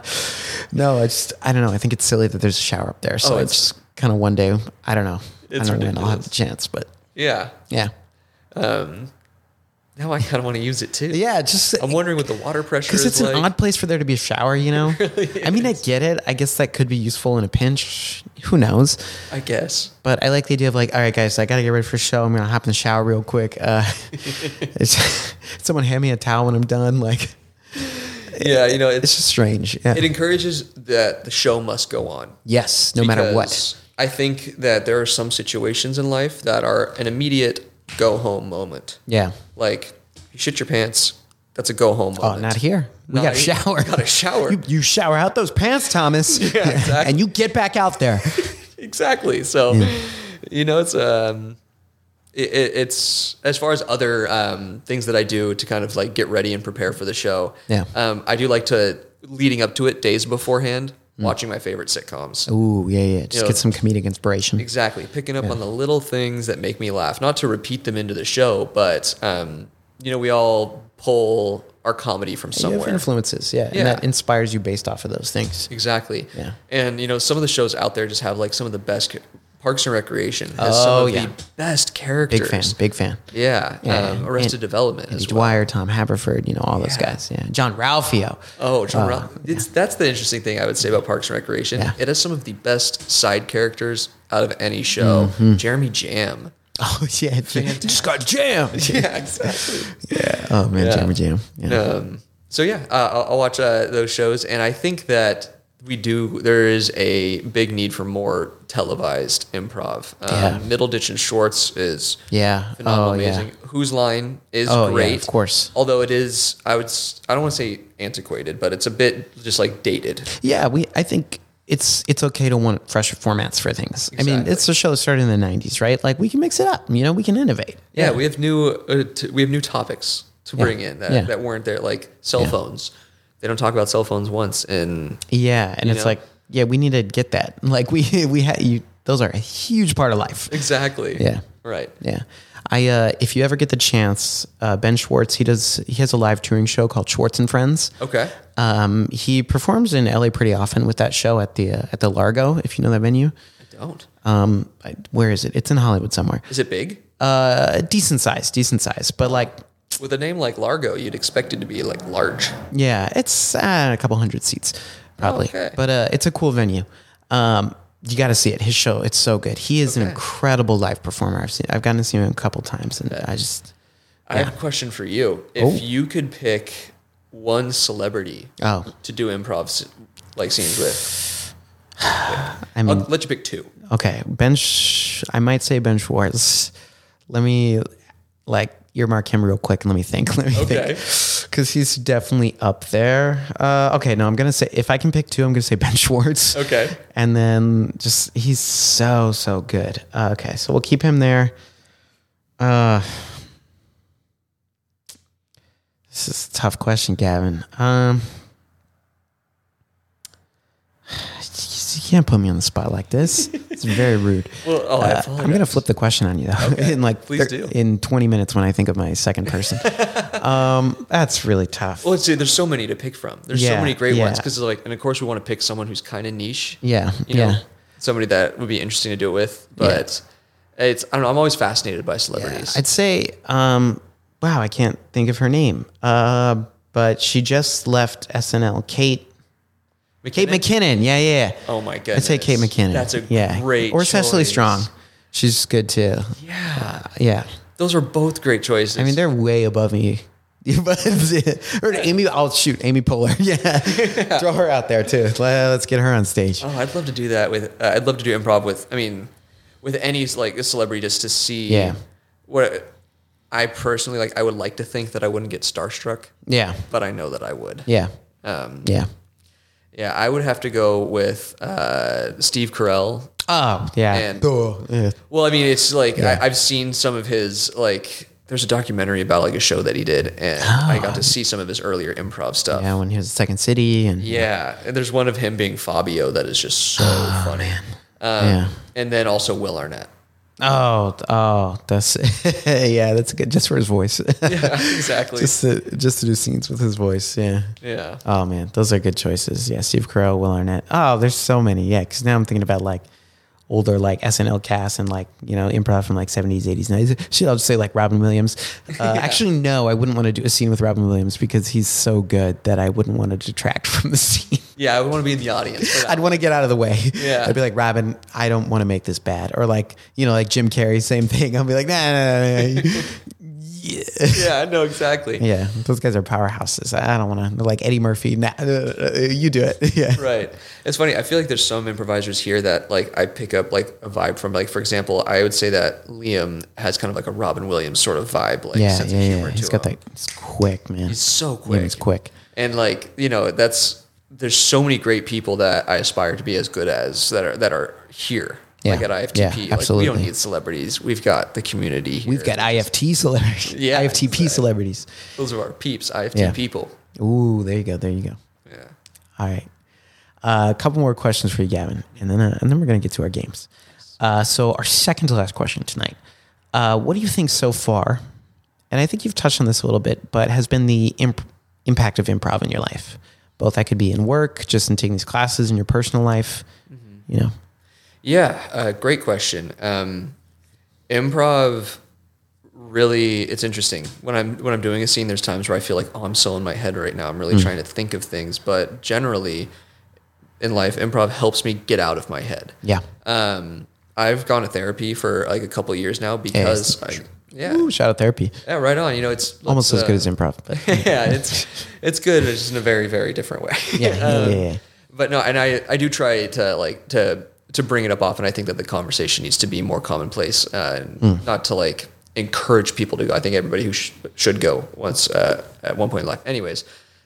S1: no, I just I don't know. I think it's silly that there's a shower up there. So
S2: Oh,
S1: it's,
S2: it's-
S1: just kind of one day. I don't know. I
S2: It's
S1: don't know when I'll have
S2: ridiculous.
S1: the chance, but
S2: Yeah.
S1: yeah,
S2: Um, now I kind of want to use it too.
S1: yeah. Just
S2: I'm wondering what the water pressure
S1: Because
S2: is
S1: it's
S2: like.
S1: an odd place for there to be a shower, you know? I mean, I get it. I guess that could be useful in a pinch. Who knows?
S2: I guess.
S1: But I like the idea of like, all right, guys, I got to get ready for a show. I'm going to hop in the shower real quick. Uh, it's, someone hand me a towel when I'm done. Like,
S2: Yeah, you know, it's
S1: it's just strange. Yeah.
S2: it encourages that the show must go on.
S1: yes, no matter what.
S2: Because I think that there are some situations in life that are an immediate go home moment.
S1: Yeah.
S2: Like you shit your pants. That's a go home
S1: Oh,
S2: moment.
S1: not here. We
S2: Not
S1: got to
S2: here.
S1: shower.
S2: Gotta shower.
S1: You, you shower out those pants, Thomas.
S2: Yeah, exactly.
S1: and you get back out there.
S2: exactly. So, you know, it's um, it, it, it's as far as other um, things that I do to kind of like get ready and prepare for the show.
S1: Yeah.
S2: um, I do like to leading up to it days beforehand, watching my favorite sitcoms.
S1: Mm. Ooh, yeah, yeah. Just
S2: know,
S1: get some comedic inspiration.
S2: Exactly, picking up on the little things that make me laugh. Not to repeat them into the show, but um, you know, we all pull our comedy from
S1: You have
S2: somewhere.
S1: influences, yeah.
S2: Yeah.
S1: And that inspires you based off of those things.
S2: Exactly.
S1: Yeah.
S2: And you know, some of the shows out there just have like some of the best ca- Parks and Recreation has
S1: Oh,
S2: some of
S1: yeah.
S2: the best
S1: Big
S2: characters.
S1: fan, big fan.
S2: Yeah.
S1: Yeah.
S2: Um, Arrested
S1: And-
S2: Development
S1: Andy
S2: as well.
S1: Dwyer, Tom Haverford, you know, all those
S2: Yeah.
S1: guys. Yeah. John Ralphio.
S2: Oh, John Ralph. It's, that's the interesting thing I would say about Parks and Recreation.
S1: uh, Yeah.
S2: It has some of the best side characters out of any show.
S1: Mm-hmm.
S2: Jeremy Jam.
S1: Oh, yeah. Just got jammed.
S2: Yeah, exactly.
S1: Oh, man.
S2: Yeah.
S1: Jammer Jam. Yeah.
S2: Um, so yeah, uh, I'll, I'll watch uh, those shows, and I think that we do. There is a big need for more televised improv.
S1: Yeah.
S2: Um, Middle Ditch and Shorts is
S1: Yeah.
S2: phenomenal,
S1: Oh, yeah.
S2: amazing. Whose line is
S1: Oh, yeah,
S2: great,
S1: of course.
S2: Although it is, I would, s- I don't want to say antiquated, but it's a bit just like dated.
S1: Yeah, we. I think it's it's okay to want fresher formats for things. I mean,
S2: Exactly.
S1: it's a show that started in the '90s, right? Like we can mix it up. You know, we can innovate.
S2: Yeah, we have new, uh, t- we have new topics to bring in that,
S1: Yeah.
S2: that weren't there, like cell phones. They don't talk about cell phones once in
S1: Yeah, and it's
S2: know?
S1: like, yeah, we need to get that. Like we we ha- you. Those are a huge part of life.
S2: exactly.
S1: Yeah.
S2: Right.
S1: Yeah. I uh, if you ever get the chance, uh, Ben Schwartz, he does he has a live touring show called Schwartz and Friends.
S2: Okay.
S1: Um, he performs in LA pretty often with that show at the uh, at the Largo, if you know that venue.
S2: I don't.
S1: Um, I, where is it? It's in Hollywood somewhere.
S2: Is it big?
S1: Uh, decent size, decent size, but like
S2: With a name like Largo, you'd expect it to be like large.
S1: yeah, it's uh, a couple hundred seats probably.
S2: Okay.
S1: But uh, it's a cool venue. Um, you got to see it. His show, it's so good. He is an
S2: Okay.
S1: incredible live performer. I've seen I've gotten to see him a couple times, and I just
S2: I have a question for you. If
S1: Oh.
S2: you could pick one celebrity
S1: Oh.
S2: to do improv s- like scenes with,
S1: I mean
S2: I'll let you pick two.
S1: Okay, Ben. Sch- I might say Ben Schwartz. Let me like earmark him real quick and let me think. Let me
S2: Okay.
S1: think, because he's definitely up there. Uh, okay, no, I'm gonna say if I can pick two, I'm gonna say Ben Schwartz.
S2: Okay.
S1: and then just he's so so good. Uh, okay, so we'll keep him there. Uh, this is a tough question, Gavin. Um. You can't put me on the spot like this. It's very rude.
S2: Well, oh, I
S1: Uh,
S2: apologize.
S1: I'm gonna flip the question on you though. in like
S2: please
S1: thir-
S2: do.
S1: in 20 minutes when I think of my second person. um, that's really tough.
S2: Well, let's see. There's so many to pick from. There's
S1: Yeah,
S2: so many great
S1: yeah.
S2: ones because like, and of course we want to pick someone who's kind of niche.
S1: yeah,
S2: You know,
S1: yeah,
S2: somebody that would be interesting to do it with. But it's I don't know. I'm always fascinated by celebrities.
S1: I'd say, um, wow, I can't think of her name. Uh, but she just left SNL. Kate. Kate McKinnon. Yeah, yeah.
S2: Oh my
S1: I'd
S2: goodness.
S1: say Kate McKinnon.
S2: That's a
S1: yeah.
S2: great
S1: Or Cecily
S2: choice.
S1: Strong. She's good too.
S2: Yeah.
S1: Yeah.
S2: Those are both great choices.
S1: I mean, they're way above me. But- or Amy, I'll shoot Amy Poehler. Yeah. Throw her out there too. Let- Let's get her on stage.
S2: Oh, I'd love to do that with. Uh, I'd love to do improv with. I mean, with any like celebrity, just to see.
S1: Yeah.
S2: What I personally like, I would like to think that I wouldn't get starstruck,
S1: Yeah.
S2: but I know that I would.
S1: Yeah.
S2: Um,
S1: Yeah.
S2: yeah, I would have to go with uh, Steve Carell.
S1: Oh, yeah.
S2: And-
S1: Duh. Yeah.
S2: Well, I mean, it's like I, I've seen some of his like. There's a documentary about like a show that he did, and I
S1: Oh.
S2: got to see some of his earlier improv stuff.
S1: Yeah, when he was at Second City and
S2: Yeah, and there's one of him being Fabio that is just so funny. Um,
S1: Oh, Yeah.
S2: And then also Will Arnett.
S1: Oh, oh, that's yeah, that's good. Just for his voice,
S2: Yeah, exactly.
S1: just to just to do scenes with his voice. Yeah.
S2: yeah.
S1: Oh man, those are good choices. Yeah, Steve Carell, Will Arnett. Oh, there's so many. Yeah, because now I'm thinking about like older like SNL cast and like you know improv from like 70s, 80s, 90s. Shit, I'll just say like Robin Williams. Uh, Actually, no, I wouldn't want to do a scene with Robin Williams because he's so good that I wouldn't want to detract from the scene.
S2: Yeah, I would want to be in the audience. For that.
S1: I'd want to get out of the way.
S2: Yeah.
S1: I'd be like, Robin, I don't want to make this bad. Or like, you know, like Jim Carrey, same thing. I'll be like, nah, nah, nah, nah. yeah.
S2: yeah, I know exactly.
S1: Yeah. Those guys are powerhouses. I don't want to, like Eddie Murphy. Nah, uh, uh, you do it. Yeah.
S2: Right. It's funny. I feel like there's some improvisers here that like I pick up like a vibe from. Like for example, I would say that Liam has kind of like a Robin Williams sort of vibe, like
S1: Yeah.
S2: sense
S1: Yeah.
S2: of humor
S1: yeah.
S2: to
S1: He's got
S2: him.
S1: that. He's quick, man.
S2: He's so
S1: Yeah,
S2: quick.
S1: he's quick.
S2: And like you know, that's there's so many great people that I aspire to be as good as that are that are here. Like
S1: Yeah.
S2: at IFTP,
S1: Yeah,
S2: like we
S1: absolutely.
S2: don't need celebrities. We've got the community. Here.
S1: We've got IFT celebrities.
S2: Yeah,
S1: IFTP
S2: exactly.
S1: celebrities.
S2: those are our peeps, IFT
S1: Yeah.
S2: people.
S1: Ooh, there you go. There you go.
S2: Yeah.
S1: All right. Uh, a couple more questions for you, Gavin, and then uh, and then we're gonna get to our games. Uh, so our second to last question tonight: uh, What do you think so far? And I think you've touched on this a little bit, but has been the imp- impact of improv in your life? Both that could be in work, just in taking these classes, in your personal life.
S2: Mm-hmm.
S1: You know,
S2: Yeah, uh, great question. Um, improv really it's interesting when i'm when i'm doing a scene there's times where i feel like oh i'm so in my head right now i'm really
S1: Hmm.
S2: trying to think of things but generally in life improv helps me get out of my head
S1: yeah.
S2: um i've gone to therapy for like a couple years now because I, yeah
S1: Ooh, shout out therapy.
S2: yeah right on you know it's
S1: Almost
S2: it's,
S1: as good
S2: uh,
S1: as improv. But
S2: yeah it's it's good but it's just in a very very different way
S1: yeah, yeah, yeah, yeah.
S2: but no, and I, I do try to like to to bring it up often. I think that the conversation needs to be more commonplace, uh, and not to like encourage people to go. I think everybody who sh- should go once uh, at one point in life. Anyways,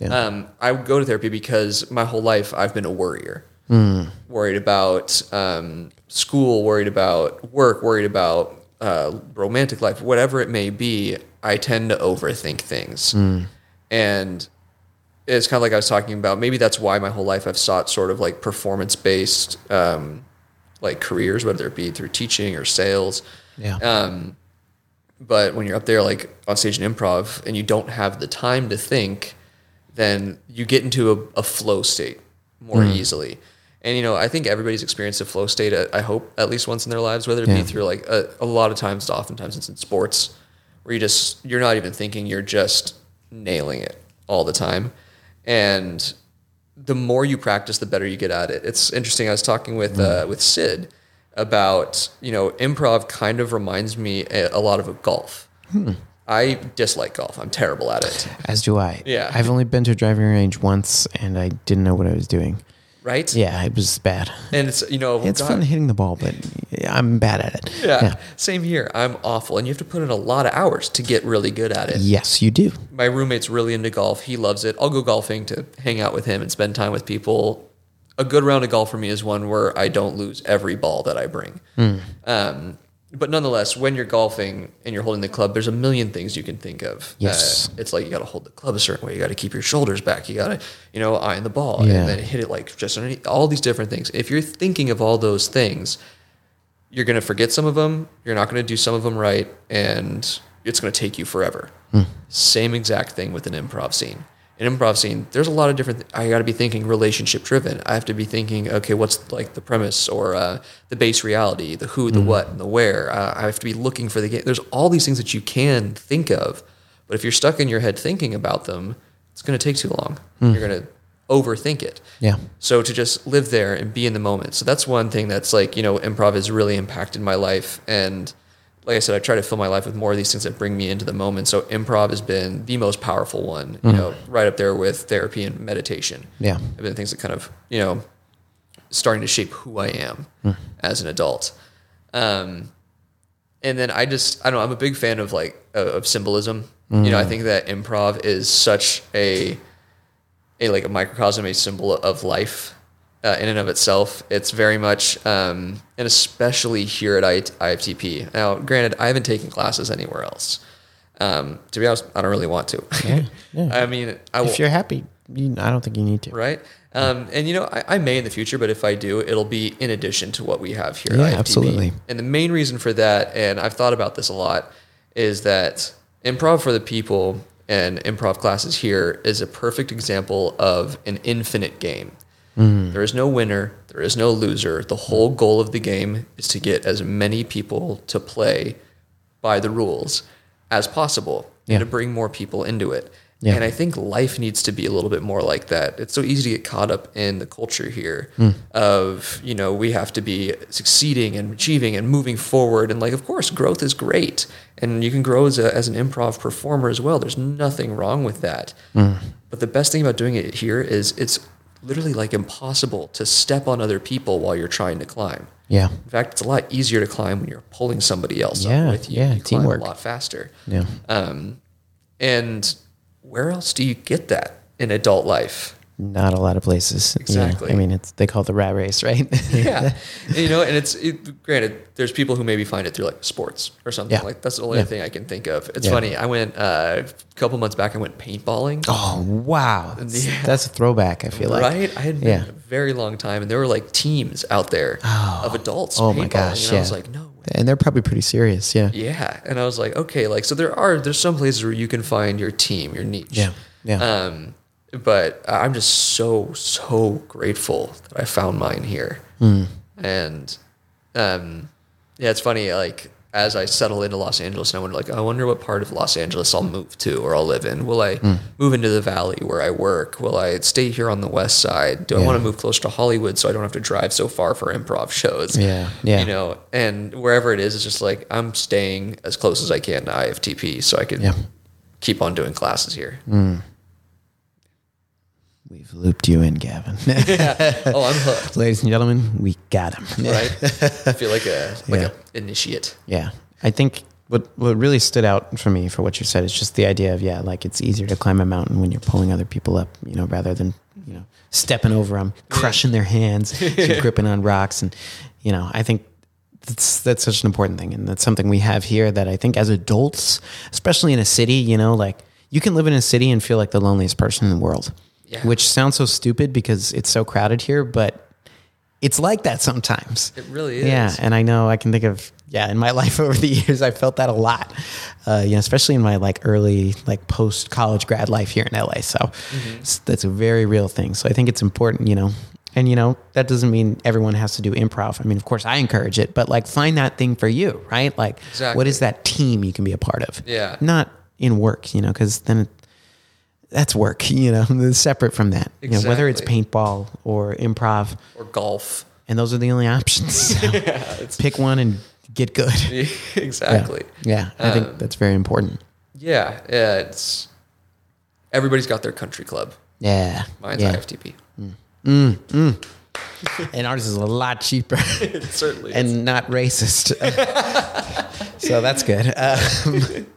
S2: um, I would go to therapy because my whole life I've been a worrier, worried about um, school, worried about work, worried about uh, romantic life, whatever it may be. I tend to overthink things, and it's kind of like I was talking about. Maybe that's why my whole life I've sought sort of like performance based um, like careers, whether it be through teaching or sales.
S1: Yeah.
S2: Um, but when you're up there like on stage in improv and you don't have the time to think, then you get into a, a flow state more easily. And you know, I think everybody's experienced a flow state. uh, I hope at least once in their lives, whether it be
S1: Yeah.
S2: through like a, a lot of times, oftentimes it's in sports where you just you're not even thinking, you're just nailing it all the time. And the more you practice, the better you get at it. It's interesting. I was talking with uh, with Sid about you know improv. Kind of reminds me a, a lot of golf.
S1: Hmm.
S2: I dislike golf. I'm terrible at it.
S1: As do I.
S2: Yeah.
S1: I've only been to a driving range once, and I didn't know what I was doing.
S2: Right?
S1: Yeah, it was bad.
S2: And it's you know
S1: It's
S2: Oh, God-
S1: fun hitting the ball, but I'm bad at it.
S2: Yeah. Same here. I'm awful, and you have to put in a lot of hours to get really good at it.
S1: Yes, you do.
S2: My roommate's really into golf. He loves it. I'll go golfing to hang out with him and spend time with people. A good round of golf for me is one where I don't lose every ball that I bring.
S1: Hmm.
S2: Um, but nonetheless, when you're golfing and you're holding the club, there's a million things you can think of.
S1: Yes.
S2: Uh, it's like you got to hold the club a certain way. You got to keep your shoulders back. You got to, you know, eye on the ball
S1: Yeah.
S2: and then hit it like just underneath. All these different things. If you're thinking of all those things, you're going to forget some of them. You're not going to do some of them right, and it's going to take you forever. Same exact thing with an improv scene. An improv scene, there's a lot of different. I got to be thinking relationship driven. I have to be thinking, okay, what's like the premise or uh, the base reality, the who, the what, and the where. Uh, I have to be looking for the game. There's all these things that you can think of, but if you're stuck in your head thinking about them, it's going to take too long. You're going to overthink it.
S1: Yeah.
S2: So to just live there and be in the moment. So that's one thing that's like, you know, improv has really impacted my life. And like I said, I try to fill my life with more of these things that bring me into the moment. So improv has been the most powerful one, you know, right up there with therapy and meditation.
S1: Yeah.
S2: Have been things that kind of, you know, starting to shape who I am as an adult. Um, and then I just I don't know I'm a big fan of like uh, of symbolism. You
S1: Mm.
S2: know I think that improv is such a a like a microcosm, a symbol of life uh, in and of itself. It's very much um, and especially here at I- IFTP. Now, granted, I haven't taken classes anywhere else. Um, to be honest, I don't really want to. I mean, I will,
S1: If you're happy, you, I don't think you need to.
S2: right? Um, and you know, I, I may in the future, but if I do, it'll be in addition to what we have here. at
S1: Yeah,
S2: IFTP.
S1: absolutely.
S2: And the main reason for that, and I've thought about this a lot, is that improv for the people and improv classes here is a perfect example of an infinite game.
S1: Mm.
S2: There is no winner, there is no loser. The whole goal of the game is to get as many people to play by the rules as possible
S1: Yeah.
S2: and to bring more people into it.
S1: Yeah.
S2: And I think life needs to be a little bit more like that. It's so easy to get caught up in the culture here
S1: Hmm.
S2: of, you know, we have to be succeeding and achieving and moving forward. And like, of course, growth is great. And you can grow as, a, as an improv performer as well. There's nothing wrong with that.
S1: Hmm.
S2: But the best thing about doing it here is it's literally like impossible to step on other people while you're trying to climb.
S1: Yeah.
S2: In fact, it's a lot easier to climb when you're pulling somebody else
S1: Yeah,
S2: up with you.
S1: yeah,
S2: you climb
S1: teamwork.
S2: a lot faster.
S1: Yeah.
S2: Um, and where else do you get that in adult life?
S1: Not a lot of places. you know.
S2: Exactly.
S1: I mean, it's they call it the rat race, right?
S2: Yeah, you know, and it's it, granted. There's people who maybe find it through like sports or something.
S1: Yeah.
S2: Like that's the only
S1: Yeah.
S2: thing I can think of. It's
S1: Yeah.
S2: funny. I went uh, a couple months back. I went paintballing.
S1: oh wow, that's, that's a throwback. I feel like.
S2: right? I had been
S1: Yeah.
S2: a very long time, and there were like teams out there of adults.
S1: Oh my
S2: paintballing,
S1: gosh,
S2: And
S1: yeah.
S2: I was like, no way.
S1: And they're probably pretty serious. Yeah.
S2: Yeah, and I was like, okay, like so there are there's some places where you can find your team, your niche.
S1: Yeah, yeah.
S2: Um, but I'm just so so grateful that I found mine here,
S1: Hmm.
S2: and um, yeah, it's funny. Like as I settle into Los Angeles, and I wonder, like, I wonder what part of Los Angeles I'll move to or I'll live in. Will I
S1: Hmm.
S2: move into the Valley where I work? Will I stay here on the West Side? Do I
S1: Yeah.
S2: want to move close to Hollywood so I don't have to drive so far for improv shows?
S1: Yeah, yeah.
S2: You know know, and wherever it is, it's just like I'm staying as close as I can to IFTP so I can
S1: Yeah. Hmm.
S2: keep on doing classes here.
S1: We've looped you in, Gavin.
S2: Oh, I'm hooked,
S1: Ladies and gentlemen, we got him.
S2: right? I feel like a like
S1: Yeah.
S2: a initiate.
S1: Yeah. I think what what really stood out for me for what you said is just the idea of yeah, like it's easier to climb a mountain when you're pulling other people up, you know, rather than you know stepping over them, crushing their hands, gripping on rocks, and you know, I think. That's, that's such an important thing and that's something we have here that i think as adults especially in a city you know like you can live in a city and feel like the loneliest person in the world
S2: Yeah.
S1: which sounds so stupid because it's so crowded here but it's like that sometimes
S2: It really is.
S1: yeah, and I know I can think of yeah in my life over the years I felt that a lot, uh, you know, especially in my like early like post college grad life here in LA. So
S2: Mm-hmm.
S1: s- that's a very real thing. So I think it's important, you know, and you know that doesn't mean everyone has to do improv. I mean, of course I encourage it, but like find that thing for you, right? Like what
S2: Exactly.
S1: is that team you can be a part of?
S2: Yeah.
S1: not in work, you know, because then. It, that's work, you know, that's separate from that. You know, whether it's
S2: Exactly.
S1: paintball or improv,
S2: Or golf.
S1: and those are the only options. So pick one and get good.
S2: exactly.
S1: Yeah, I
S2: Uh,
S1: think that's very important.
S2: Yeah. yeah. It's everybody's got their country club.
S1: Yeah,
S2: Mine's
S1: yeah.
S2: IFTP.
S1: and ours is a lot cheaper
S2: It certainly is.
S1: and not racist, so that's good. Um,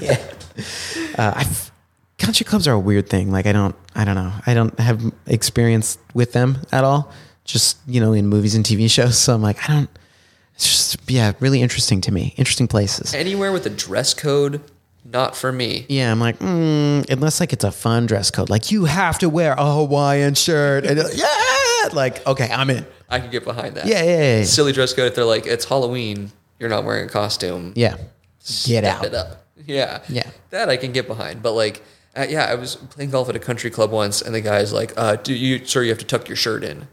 S1: yeah, uh, I've, country clubs are a weird thing. Like I don't, I don't know, I don't have experience with them at all. Just you know, in movies and TV shows. So I'm like, I don't. It's just yeah, really interesting to me. Interesting places.
S2: anywhere with a dress code, not for me.
S1: Yeah, I'm like, mm, unless like it's a fun dress code, like you have to wear a Hawaiian shirt, and uh, yeah, like okay, I'm in.
S2: I could get behind that.
S1: Yeah, yeah, yeah, yeah.
S2: Silly dress code if they're like, it's Halloween, you're not wearing a costume.
S1: Yeah, get
S2: step
S1: out.
S2: it up. Yeah.
S1: Yeah.
S2: That I can get behind. But like, uh, yeah, I was playing golf at a country club once, and the guy's like, uh, "Do you, sir? You have to tuck your shirt in."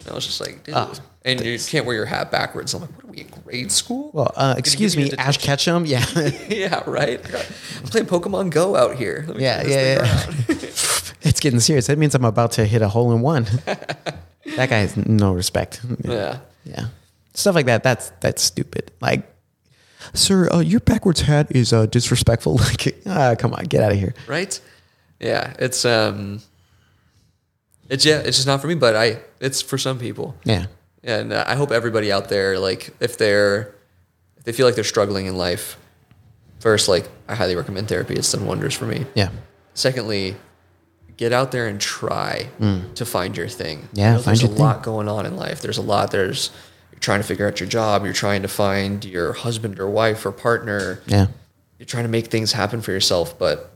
S2: And I was just like, "Dude,"
S1: Ah.
S2: and you can't wear your hat backwards." I'm like, "What are we in grade school?"
S1: Well, uh,
S2: Gonna
S1: excuse
S2: give you
S1: me,
S2: a
S1: Ash Ketchum. Yeah,
S2: detention. yeah, right. I'm playing Pokemon Go out here. Let me
S1: yeah, yeah,
S2: turn this thing
S1: yeah.
S2: around.
S1: it's getting serious. That means I'm about to hit a hole in one. that guy has no respect.
S2: Yeah.
S1: Yeah. Stuff like that. That's that's stupid. Like, sir, uh, your backwards hat is uh, disrespectful. Like, uh, come on, get out of here.
S2: Right? Yeah. It's um it's yeah, it's just not for me, but I it's for some people.
S1: Yeah.
S2: And uh, I hope everybody out there like if they're if they feel like they're struggling in life, first like I highly recommend therapy. It's done wonders for me.
S1: Yeah.
S2: Secondly, get out there and try to find your thing.
S1: Mm. Yeah,
S2: You know,
S1: find
S2: there's
S1: your
S2: a
S1: thing.
S2: lot going on in life. There's a lot. There's you're trying to figure out your job. You're trying to find your husband or wife or partner.
S1: Yeah.
S2: You're trying to make things happen for yourself, but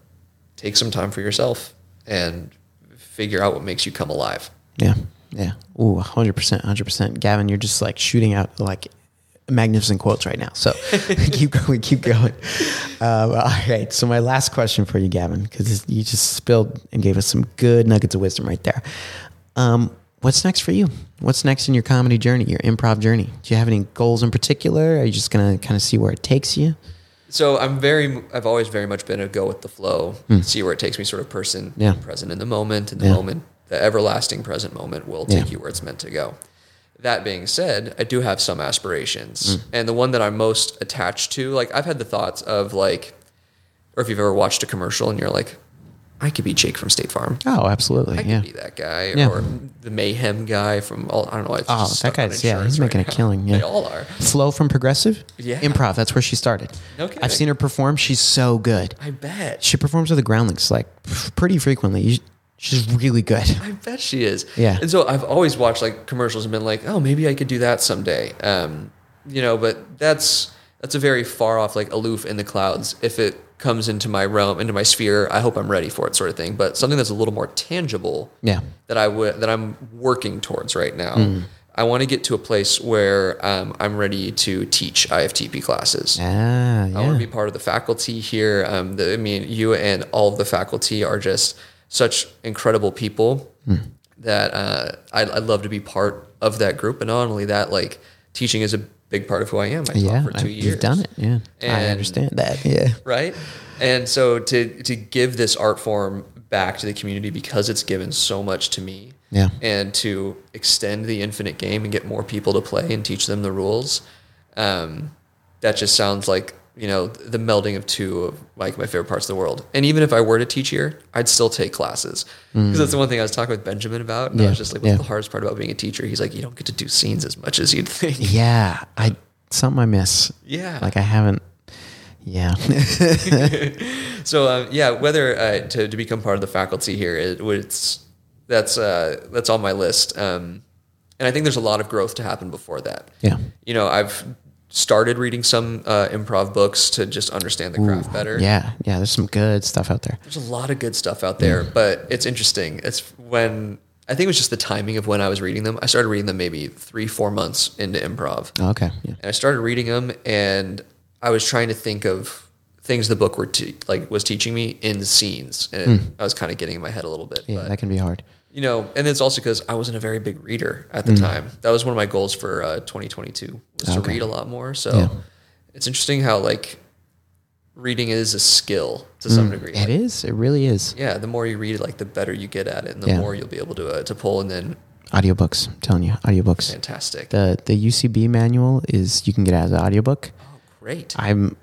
S2: take some time for yourself and figure out what makes you come alive.
S1: Yeah. Yeah. Ooh, 100%. 100%. Gavin, you're just like shooting out like magnificent quotes right now. So keep going. Keep going. Um, all right. So, my last question for you, Gavin, because you just spilled and gave us some good nuggets of wisdom right there. Um, what's next for you? What's next in your comedy journey, your improv journey? Do you have any goals in particular? Are you just going to kind of see where it takes you?
S2: So I'm very, I've always very much been a go with the flow, see where it takes me sort of person,
S1: Hmm. Yeah.
S2: present in the moment, in the
S1: Yeah.
S2: moment, the everlasting present moment will
S1: Yeah.
S2: take you where it's meant to go. That being said, I do have some
S1: Hmm.
S2: aspirations. And the one that I'm most attached to, like I've had the thoughts of like, or if you've ever watched a commercial and you're like, I could be Jake from State Farm.
S1: Oh, absolutely.
S2: I could
S1: yeah.
S2: be that guy
S1: Yeah.
S2: or the mayhem guy from all, I don't know. It's
S1: Oh,
S2: just
S1: that
S2: stuck on
S1: guy's- yeah,
S2: insurance
S1: he's making a killing, yeah.
S2: They all are.
S1: Flow from Progressive?
S2: Yeah.
S1: Improv. That's where she started.
S2: No
S1: I've
S2: kidding.
S1: seen her perform. She's so good.
S2: I bet.
S1: she performs with the groundlings like f- pretty frequently. You- She's really good.
S2: I bet she is.
S1: Yeah.
S2: And so I've always watched like commercials and been like, oh, maybe I could do that someday. Um, you know, but that's that's a very far off, like aloof in the clouds. If it comes into my realm, into my sphere, I hope I'm ready for it, sort of thing. But something that's a little more tangible.
S1: Yeah.
S2: That I would that I'm working towards right now.
S1: Hmm.
S2: I want to get to a place where um, I'm ready to teach IFTP classes.
S1: Ah, yeah.
S2: I want to be part of the faculty here. Um, the, I mean, you and all of the faculty are just such incredible people
S1: Hmm.
S2: that uh, I, I'd love to be part of that group. And not only that, like teaching is a big part of who I am. I taught
S1: yeah,
S2: for 2
S1: I-
S2: years.
S1: you've done it. Yeah, I
S2: And-
S1: understand that. Yeah,
S2: right? And so to to give this art form back to the community because it's given so much to me,
S1: Yeah.
S2: and to extend the infinite game and get more people to play and teach them the rules, um, that just sounds like you know the melding of two of like my favorite parts of the world. And even if I were to teach here, I'd still take classes because that's the one thing I was talking with Benjamin about. And I
S1: Mm. Yeah,
S2: was just like, what's
S1: yeah.
S2: the hardest part about being a teacher? He's like, you don't get to do scenes as much as you'd think.
S1: yeah. I something I miss.
S2: Yeah.
S1: Like I haven't. Yeah,
S2: So um, yeah, whether uh, to, to become part of the faculty here, it, it's that's uh, that's on my list, um, and I think there's a lot of growth to happen before that.
S1: yeah,
S2: You know, I've started reading some uh, improv books to just understand the craft better.
S1: yeah, yeah. There's some good stuff out there.
S2: There's a lot of good stuff out there, but it's interesting. It's when I think it was just the timing of when I was reading them. I started reading them maybe three, four months into improv
S1: Okay, yeah,
S2: and I started reading them, and I was trying to think of things the book were te- like was teaching me in scenes, and I was kind of getting in my head a little bit.
S1: Hmm. yeah.
S2: but,
S1: that can be hard.
S2: you know, and it's also because I wasn't a very big reader at the time. That was one of my goals for uh, 2022 was to
S1: Hmm. Okay.
S2: read a lot more. So
S1: Yeah.
S2: it's interesting how like reading is a skill to some degree.
S1: Hmm. It is. It really is.
S2: Yeah, the more you read, like the better you get at it, and the
S1: Yeah.
S2: more you'll be able to uh, to pull. And then
S1: Audiobooks. I'm telling you, audiobooks.
S2: fantastic,
S1: The the UCB manual is you can get it as an audiobook.
S2: Oh, great.
S1: I'm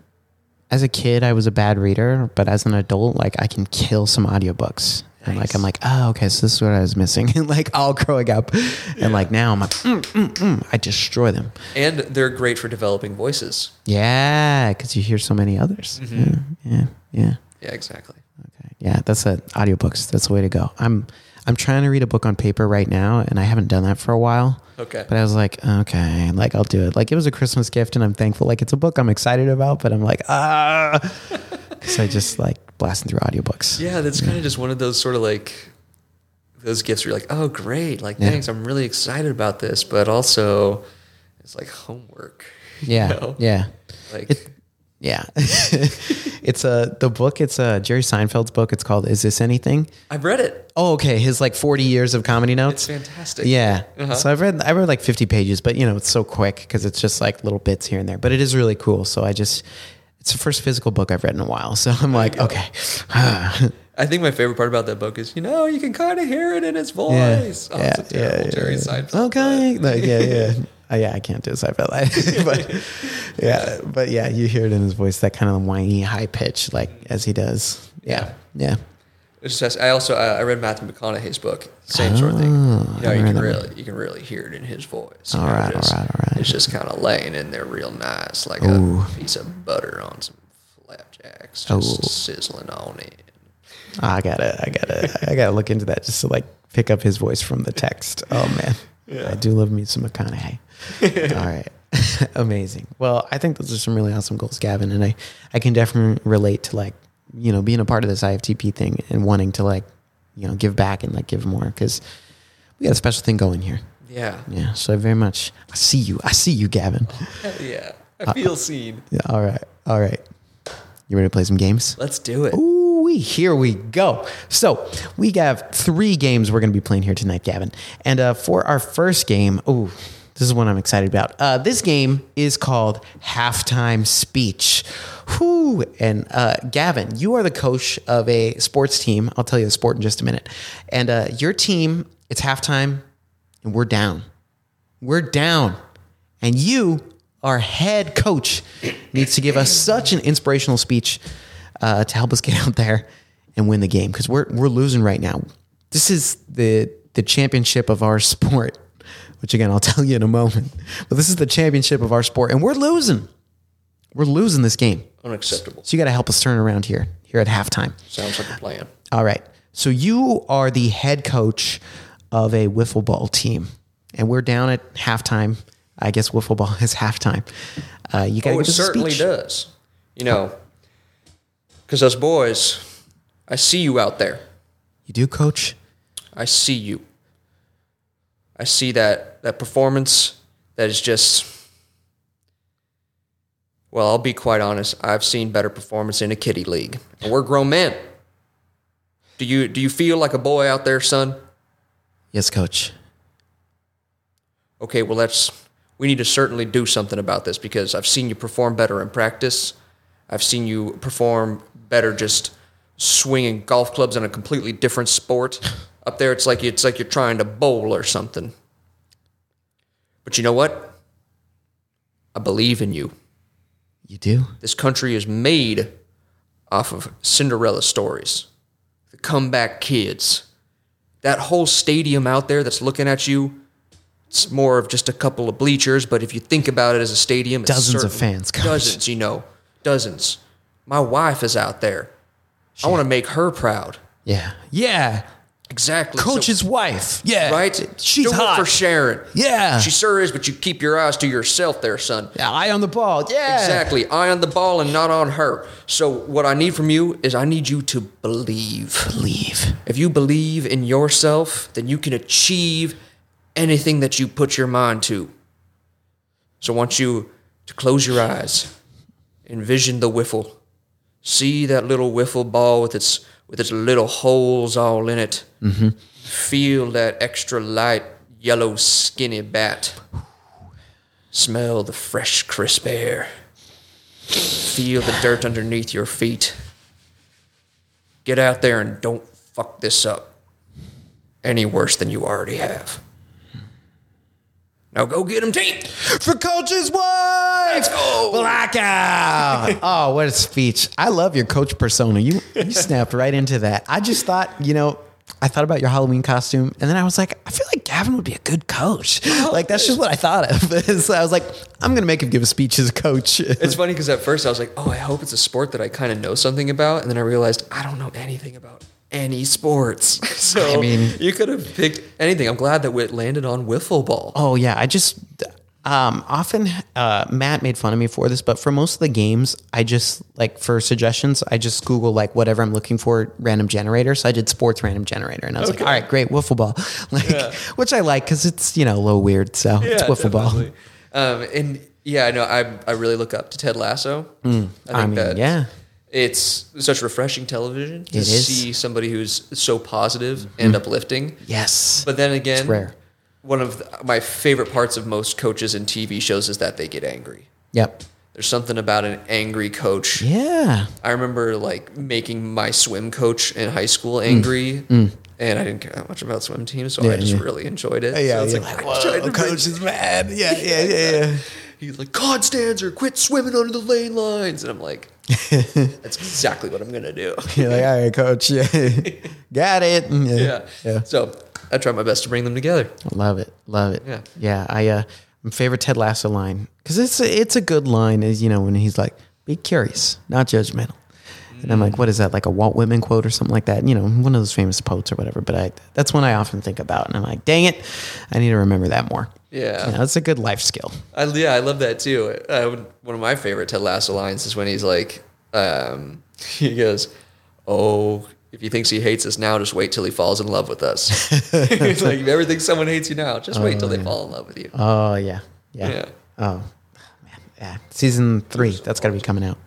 S1: as a kid I was a bad reader, but as an adult, like I can kill some audiobooks. And like I'm like, oh, okay, so this is what I was missing. and like all growing up, and like now I'm like, mm, mm, mm, I destroy them.
S2: and they're great for developing voices.
S1: Yeah, because you hear so many others. Yeah, yeah, yeah.
S2: Yeah, exactly.
S1: Okay. Yeah, that's it. Audiobooks. That's the way to go. I'm I'm trying to read a book on paper right now, and I haven't done that for a while.
S2: Okay.
S1: But I was like, okay, like I'll do it. Like it was a Christmas gift, and I'm thankful. Like it's a book I'm excited about, but I'm like, ah, because I just like blasting through audiobooks.
S2: Yeah, that's kind of just one of those sort of like those gifts where you're like, oh, great. Like,
S1: Yeah.
S2: thanks. I'm really excited about this. But also, it's like homework. you
S1: Yeah,
S2: know?
S1: yeah,
S2: Like,
S1: It- yeah. it's a the book. It's a Jerry Seinfeld's book. It's called "Is This Anything?"
S2: I've read it.
S1: Oh, okay. His like 40 years of comedy
S2: It's
S1: notes.
S2: fantastic. Uh-huh.
S1: Yeah. So I've read I read like 50 pages, but you know, it's so quick because it's just like little bits here and there. But it is really cool. So I just it's the first physical book I've read in a while. So I'm like, okay.
S2: I think my favorite part about that book is, you know, you can kind of hear it in his voice. Oh, it's a terrible Jerry Seinfeld.
S1: Okay. Like, yeah, yeah. Uh, yeah, I can't do a Seinfeld. but yeah, but yeah, you hear it in his voice, that kind of whiny, high pitch, like as he does. Yeah, yeah.
S2: It's just, I also I I read Matthew McConaughey's book, same sort of thing.
S1: Ah,
S2: You know, you can really you can really hear it in his voice. All
S1: right, all right, all right.
S2: It's just kind of laying in there real nice, like a piece of butter on some flapjacks, just sizzling on it.
S1: Ah, I gotta, I gotta, I gotta look into that just to like pick up his voice from the text. Oh man, I do love me some McConaughey. All right, amazing. Well, I think those are some really awesome goals, Gavin, and I, I can definitely relate to like you know being a part of this IFTP thing and wanting to like you know give back and like give more because we got a special thing going here.
S2: Yeah,
S1: Yeah, so I very much. I see you. I see you, Gavin.
S2: Hell yeah. I
S1: Uh,
S2: feel seen.
S1: Yeah, all right, all right. You ready to play some games?
S2: Let's do it.
S1: Ooh, here we go. So we have three games we're going to be playing here tonight, Gavin. And uh, for our first game, ooh, this is one I'm excited about. Uh, this game is called Halftime Speech. Whoo! And uh, Gavin, you are the coach of a sports team. I'll tell you the sport in just a minute. And uh, your team, it's halftime, and we're down. We're down. And you, our head coach, needs to give us such an inspirational speech uh, to help us get out there and win the game because we're, we're losing right now. This is the, the championship of our sport, which again, I'll tell you in a moment. But this is the championship of our sport, and we're losing. We're losing this game.
S2: Unacceptable.
S1: So you got to help us turn around here, here at halftime.
S2: Sounds like a plan.
S1: All right. So you are the head coach of a wiffle ball team, and we're down at halftime. I guess wiffle ball is halftime. Uh, you got to
S2: Oh,
S1: give
S2: it
S1: us a
S2: certainly
S1: speech.
S2: does. You know, because us boys, I see you out there.
S1: You do, coach.
S2: I see you. I see that that performance that is just. Well, I'll be quite honest. I've seen better performance in a kiddie league, and we're grown men. Do you do you feel like a boy out there, son?
S1: Yes, coach.
S2: okay, well, that's we need to certainly do something about this because I've seen you perform better in practice. I've seen you perform better just swinging golf clubs in a completely different sport. Up there, it's like it's like you're trying to bowl or something. But you know what? I believe in you.
S1: You do.
S2: This country is made off of Cinderella stories, the comeback kids. That whole stadium out there that's looking at you, it's more of just a couple of bleachers, but if you think about it as a stadium, it's
S1: Dozens of
S2: certain-
S1: fans, gosh.
S2: Dozens, you know, dozens. My wife is out there. I want to make her proud.
S1: Yeah. Yeah.
S2: Exactly. so-
S1: Coach's wife. Yeah.
S2: right?
S1: She's
S2: Do it
S1: hot.
S2: for Sharon.
S1: Yeah.
S2: She sure is, but you keep your eyes to yourself there, son.
S1: Yeah, Eye on the ball. Yeah.
S2: Exactly. I on the ball and not on her. So what I need from you is I need you to believe.
S1: Believe.
S2: If you believe in yourself, then you can achieve anything that you put your mind to. So I want you to close your eyes, envision the wiffle, see that little wiffle ball with its with its little holes all in it. Mm-hmm. Feel that extra light yellow skinny bat. Smell the fresh crisp air. Feel the dirt underneath your feet. Get out there and don't fuck this up any worse than you already have. Now go get him, team.
S1: For coach's wife.
S2: Let's go.
S1: Blackout. oh, what a speech. I love your coach persona. You you snapped right into that. I just thought, you know, I thought about your Halloween costume and then I was like, I feel like Gavin would be a good coach.
S2: Oh,
S1: Like that's just what I thought of. so I was like, I'm gonna make him give a speech as a coach.
S2: It's funny because at first I was like, oh, I hope it's a sport that I kind of know something about. And then I realized I don't know anything about any sports. so
S1: I mean-
S2: you could have picked anything. I'm glad that it landed on wiffle ball.
S1: Oh yeah, I just um, often uh, Matt made fun of me for this, but for most of the games, I just like for suggestions, I just Google like whatever I'm looking for, random generator. So I did sports random generator, and I was like, all right, great, wiffle ball, like which I like because it's you know a little weird, so it's wiffle ball.
S2: definitely. Um, and yeah, I know I I really look up to Ted Lasso. I think
S1: Mm. I mean, yeah.
S2: It's such refreshing television to
S1: It is. Mm-hmm.
S2: see somebody who's so positive and uplifting.
S1: Yes,
S2: But then again,
S1: rare.
S2: one of the- my favorite parts of most coaches and TV shows is that they get angry.
S1: yep,
S2: There's something about an angry coach.
S1: Yeah.
S2: I remember like making my swim coach in high school angry, and I didn't care that much about swim teams, so I just
S1: Mm. yeah. Uh,
S2: really enjoyed it. so
S1: Yeah.
S2: it's
S1: you're like,
S2: like, I tried
S1: "Whoa,
S2: to make-
S1: coach is mad. Yeah. Yeah. Yeah. yeah.
S2: he's like, Constanzer, quit swimming under the lane lines, and I'm like, that's exactly what I'm gonna do.
S1: You're like, all right, coach. Yeah. Got it. Mm,
S2: yeah.
S1: Yeah.
S2: So I try my best to bring them together.
S1: Love it. Love it.
S2: Yeah.
S1: Yeah. I uh my favorite Ted Lasso line because it's a, it's a good line is you know when he's like be curious, not judgmental. And I'm
S2: Mm.
S1: like, what is that? Like a Walt Whitman quote or something like that? You know, one of those famous quotes or whatever. But I, that's one I often think about, and I'm like, dang it, I need to remember that more.
S2: Yeah.
S1: you know, it's a good life skill.
S2: I, yeah, I love that too. I would, one of my favorite Ted Lasso lines is when he's like, um, he goes, "Oh, if he thinks he hates us now, just wait till he falls in love with us." he's like, "If everything someone hates you now, just wait till they fall in love with you."
S1: Oh yeah, yeah.
S2: Yeah.
S1: Oh man, yeah. Season three, that's got to be coming out.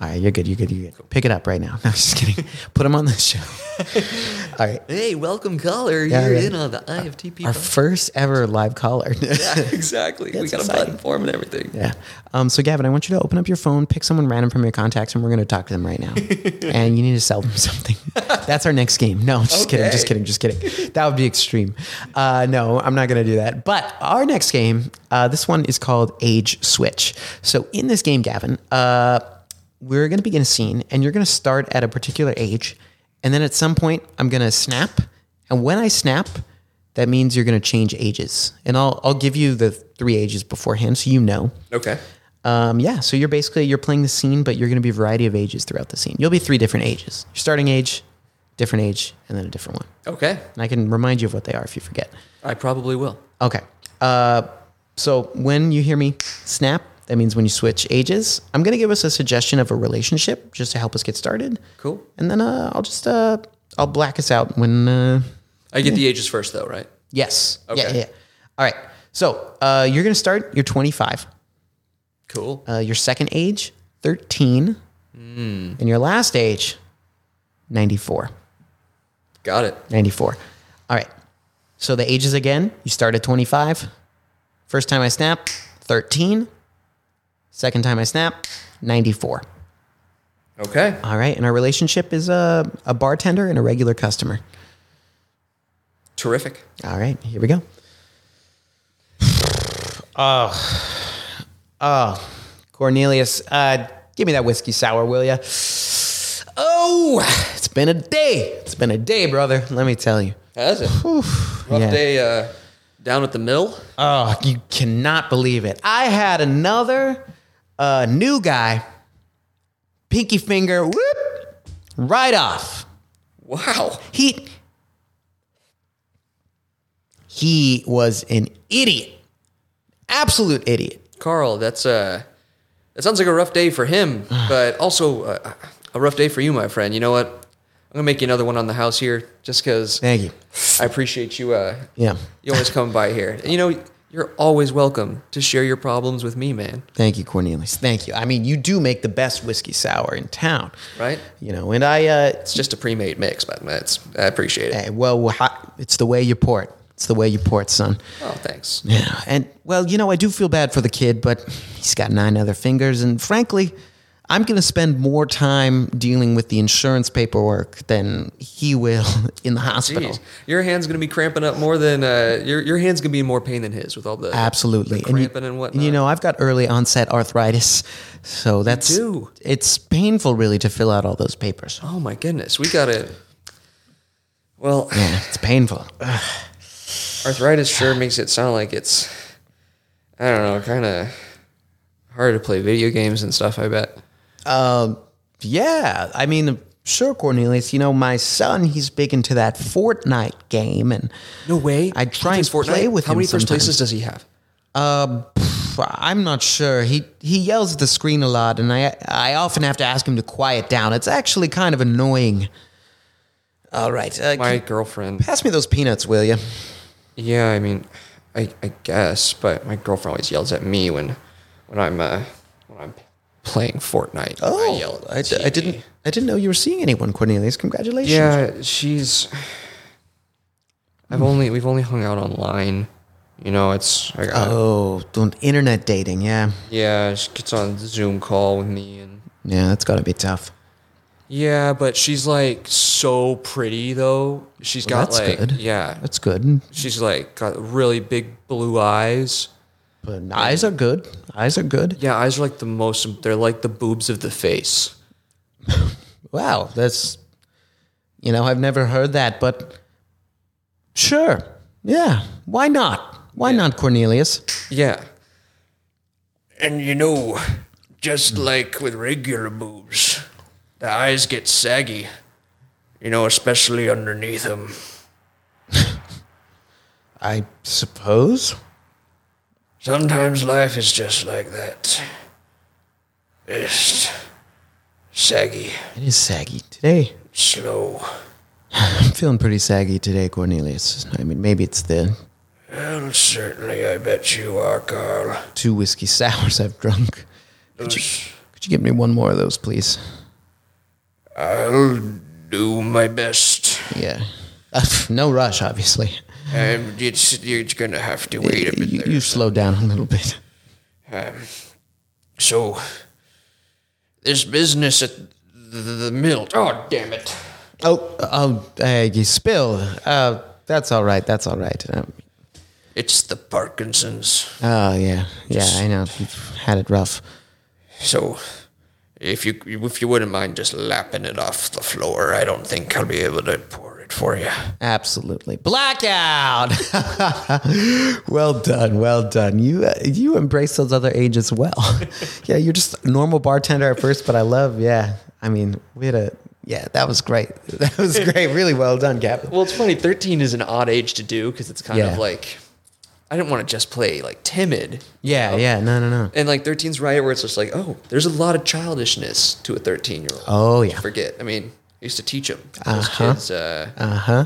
S1: All right, you're good. You're good. You're good. Pick it up right now. No, just kidding. Put him on the show. All right.
S2: Hey, welcome, caller.
S1: Yeah,
S2: You're
S1: yeah.
S2: in on the IFTP.
S1: Our
S2: podcast.
S1: first ever live caller.
S2: yeah, exactly. we
S1: That's
S2: got a
S1: exciting.
S2: button for him and everything.
S1: yeah. Um, so, Gavin, I want you to open up your phone, pick someone random from your contacts, and we're going to talk to them right now. and you need to sell them something. That's our next game. No, I'm just kidding. Just
S2: Okay.
S1: kidding. Just kidding. That would be extreme. Uh, no, I'm not going to do that. But our next game, uh, this one is called Age Switch. So, in this game, Gavin, uh, we're going to begin a scene, and you're going to start at a particular age. And then at some point, I'm going to snap. And when I snap, that means you're going to change ages. And I'll, I'll give you the three ages beforehand so you know.
S2: Okay.
S1: Um, yeah, so you're basically you're playing the scene, but you're going to be a variety of ages throughout the scene. You'll be three different ages: your starting age, different age, and then a different one.
S2: Okay.
S1: And I can remind you of what they are if you forget.
S2: I probably will.
S1: Okay. Uh, so when you hear me snap, that means when you switch ages. I'm going to give us a suggestion of a relationship just to help us get started.
S2: Cool.
S1: And then uh, I'll just uh, I'll black us out when. Uh,
S2: I get the ages first, though, right?
S1: yes. Yeah,
S2: Okay.
S1: yeah. Yeah. All right. So uh, you're going to start. You're 25.
S2: Cool.
S1: Uh, your second age, 13. And your last age, 94.
S2: Got it.
S1: 94. All right. So the ages again, you start at 25. First time I snap, 13. Second time I snap, 94.
S2: Okay.
S1: All right. And our relationship is a, a bartender and a regular customer.
S2: Terrific.
S1: All right. Here we go. Oh, oh, Cornelius, uh, give me that whiskey sour, will you? Oh, it's been a day. It's been a day, brother. Let me tell you.
S2: That's it. Rough
S1: Yeah.
S2: day uh, down at the mill.
S1: Oh, you cannot believe it. I had another uh, new guy, pinky finger, whoop, right off.
S2: Wow.
S1: He he was an idiot, absolute idiot.
S2: Carl, that's uh, that sounds like a rough day for him, but also uh, a rough day for you, my friend. You know what? I'm gonna make you another one on the house here, just because
S1: Thank you.
S2: I appreciate you. Uh,
S1: Yeah,
S2: you always come by here. And, you know, you're always welcome to share your problems with me, man.
S1: thank you, Cornelius. Thank you. I mean, you do make the best whiskey sour in town,
S2: Right?
S1: You know, and I uh,
S2: It's just a pre-made mix, but it's I appreciate it.
S1: eh, well, wha- it's the way you pour it. It's the way you pour it, son.
S2: Oh, thanks.
S1: Yeah, and well, you know, I do feel bad for the kid, but he's got nine other fingers, and frankly, I'm going to spend more time dealing with the insurance paperwork than he will in the hospital.
S2: Jeez. Your hand's gonna be cramping up more than uh, your your hand's gonna be in more pain than his with all the
S1: Absolutely.
S2: the
S1: you-
S2: cramping and whatnot.
S1: you know, I've got early onset arthritis, so that's
S2: do.
S1: it's painful really to fill out all those papers.
S2: Oh my goodness, we got to Well,
S1: Yeah, it's painful.
S2: arthritis sure makes it sound like it's I don't know, kind of hard to play video games and stuff. I bet.
S1: Um, yeah, I mean, sure, Cornelius. You know, my son, he's big into that Fortnite game, and
S2: No way.
S1: I try and
S2: Fortnite?
S1: play with
S2: How
S1: him
S2: many first
S1: sometimes.
S2: places does he have?
S1: Um, pff, I'm not sure. He he yells at the screen a lot, and I I often have to ask him to quiet down. It's actually kind of annoying. All right, uh,
S2: My
S1: can-
S2: girlfriend.
S1: pass me those peanuts, will you?
S2: Yeah, I mean, I, I guess, but my girlfriend always yells at me when when I'm uh, when I'm playing Fortnite. I yell at the
S1: Oh, I, d- I
S2: TV.
S1: didn't I didn't know you were seeing anyone, Cornelius. Congratulations.
S2: Yeah, she's. I've only we've only hung out online You know, it's I got,
S1: Oh, don't- internet dating. Yeah.
S2: yeah. She gets on Zoom call with me, and
S1: Yeah, that's got to be tough.
S2: yeah, but she's like so pretty though. She's
S1: Well,
S2: got
S1: that's
S2: like
S1: good.
S2: yeah,
S1: That's good.
S2: she's like got really big blue eyes.
S1: But eyes are good. Eyes are good.
S2: Yeah, eyes are like the most. They're like the boobs of the face.
S1: Wow, that's you know, I've never heard that, but sure. Yeah, why not? Why not Cornelius?
S2: Yeah,
S3: And you know, just
S1: Hmm.
S3: like with regular boobs, the eyes get saggy. You know, especially underneath them.
S1: I suppose.
S3: Sometimes life is just like that. It's saggy,
S1: It is saggy today.
S3: slow.
S1: I'm feeling pretty saggy today, Cornelius. I mean, maybe it's the
S3: Well, certainly, I bet you are, Carl.
S1: two whiskey sours I've drunk. Could you,
S3: Those-
S1: could you give me one more of those, please?
S3: I'll do my best.
S1: Yeah. Uh, no rush, obviously.
S3: Um, it's, you're gonna have to wait a
S1: You,
S3: bit
S1: you
S3: there.
S1: slow down a little bit.
S3: So, this business at the, the mill. Oh, damn it.
S1: Oh, oh, uh, you spilled. Uh, that's all right. That's all right. Um,
S3: It's the Parkinson's.
S1: oh yeah, yeah. I know. You've had it rough.
S3: So, if you if you wouldn't mind just lapping it off the floor, I don't think I'll be able to pour it for you.
S1: Absolutely. Blackout. well done. Well done. You uh, you embrace those other ages well. yeah, you're just a normal bartender at first, but I love. Yeah, I mean, we had a. Yeah, that was great. That was great. Really well done, Captain.
S2: Well, it's funny. Thirteen is an odd age to do because it's kind
S1: Yeah.
S2: of like I didn't want to just play like timid,
S1: Yeah, yeah. No, no, no.
S2: and like 13's right where it's just like, oh, there's a lot of childishness to a thirteen year old.
S1: Oh yeah.
S2: Forget. I mean, I used to teach them. Those kids, uh,
S1: Uh huh.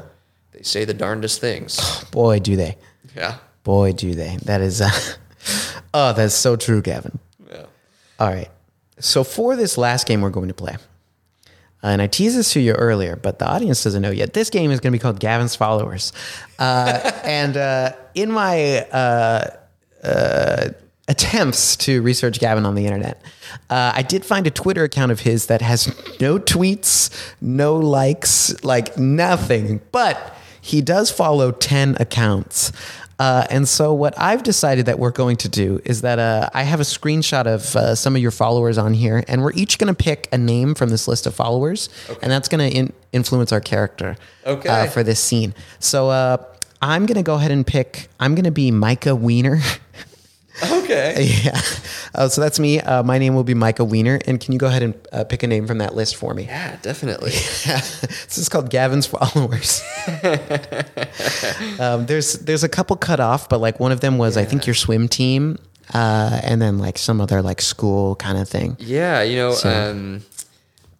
S2: they say the darndest things.
S1: Boy, do they.
S2: yeah.
S1: Boy, do they. That is. Uh, oh, that's so true, Gavin.
S2: Yeah.
S1: All right. So for this last game we're going to play, and I teased this to you earlier, but the audience doesn't know yet. This game is going to be called Gavin's Followers, uh, and uh, in my uh, uh, attempts to research Gavin on the internet, uh, I did find a Twitter account of his that has no tweets, no likes, like nothing, but he does follow 10 accounts. Uh, and so, what I've decided that we're going to do is that uh, I have a screenshot of uh, some of your followers on here, and we're each going to pick a name from this list of followers, and that's going to in- influence our character
S2: Okay.
S1: uh, for this scene. So, uh, I'm going to go ahead and pick, I'm going to be Micah Wiener.
S2: Okay.
S1: yeah. Uh, so, that's me. Uh, my name will be Micah Wiener. And can you go ahead and uh, pick a name from that list for me?
S2: Yeah, definitely.
S1: this is called Gavin's followers. um, there's there's a couple cut off, but like one of them was I think your swim team, uh, and then like some other like school kind of thing.
S2: Yeah, you know, um,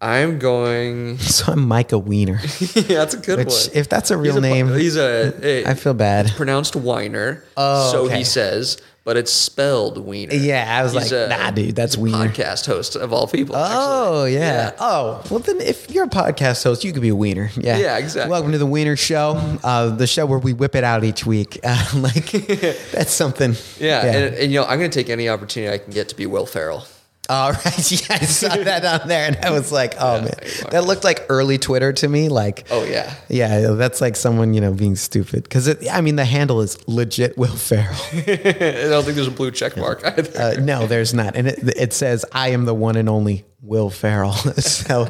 S2: I'm going.
S1: So I'm Micah Wiener,
S2: yeah, that's a good
S1: which
S2: one.
S1: if that's a real
S2: he's a,
S1: name, I
S2: he's a. a-
S1: feel bad.
S2: pronounced Weiner.
S1: Oh,
S2: so
S1: okay.
S2: he says, but it's spelled Wiener.
S1: Yeah, I was like,
S2: He's a-
S1: nah, dude, that's
S2: he's a
S1: Wiener.
S2: Podcast host of all people.
S1: Oh yeah.
S2: Yeah.
S1: Oh well, then if you're a podcast host, you could be a wiener. Yeah.
S2: Yeah, exactly.
S1: Welcome to the Wiener Show, uh, the show where we whip it out each week. Uh, like that's something.
S2: actually. Yeah, And, and you know, I'm going to take any opportunity I can get to be Will Ferrell.
S1: All right. Yeah, I saw that on there and I was like, oh man. That looked like early Twitter to me. Like,
S2: Oh yeah,
S1: yeah, that's like someone, you know, being stupid. Because, I mean, the handle is legit Will Ferrell.
S2: I don't think there's a blue check mark either.
S1: Uh, no, there's not. And it, it says, I am the one and only Will Ferrell. so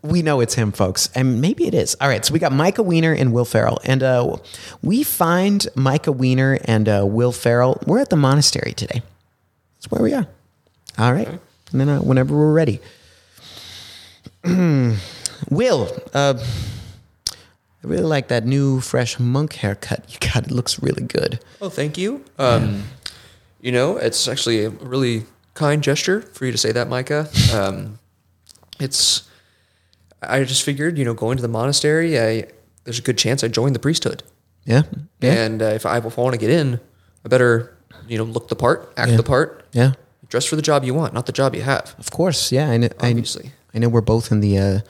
S1: we know it's him, folks. And maybe it is. All right. So we got Micah Wiener and Will Ferrell. And uh, we find Micah Wiener and uh, Will Ferrell. We're at the monastery today. That's where we are. All right. And then uh, whenever we're ready. Will, uh, I really like that new fresh monk haircut you got. It looks really good.
S2: oh, thank you. Um, you know, it's actually a really kind gesture for you to say that, Micah. Um, it's. I just figured, you know, going to the monastery, I, there's a good chance I joined the priesthood.
S1: Yeah. Yeah.
S2: And uh, if I, if I want to get in, I better, you know, look the part, act the part,
S1: Yeah.
S2: dress for the job you want, not the job you have.
S1: Of course, yeah. I know, I,
S2: Obviously.
S1: I know we're both in the uh,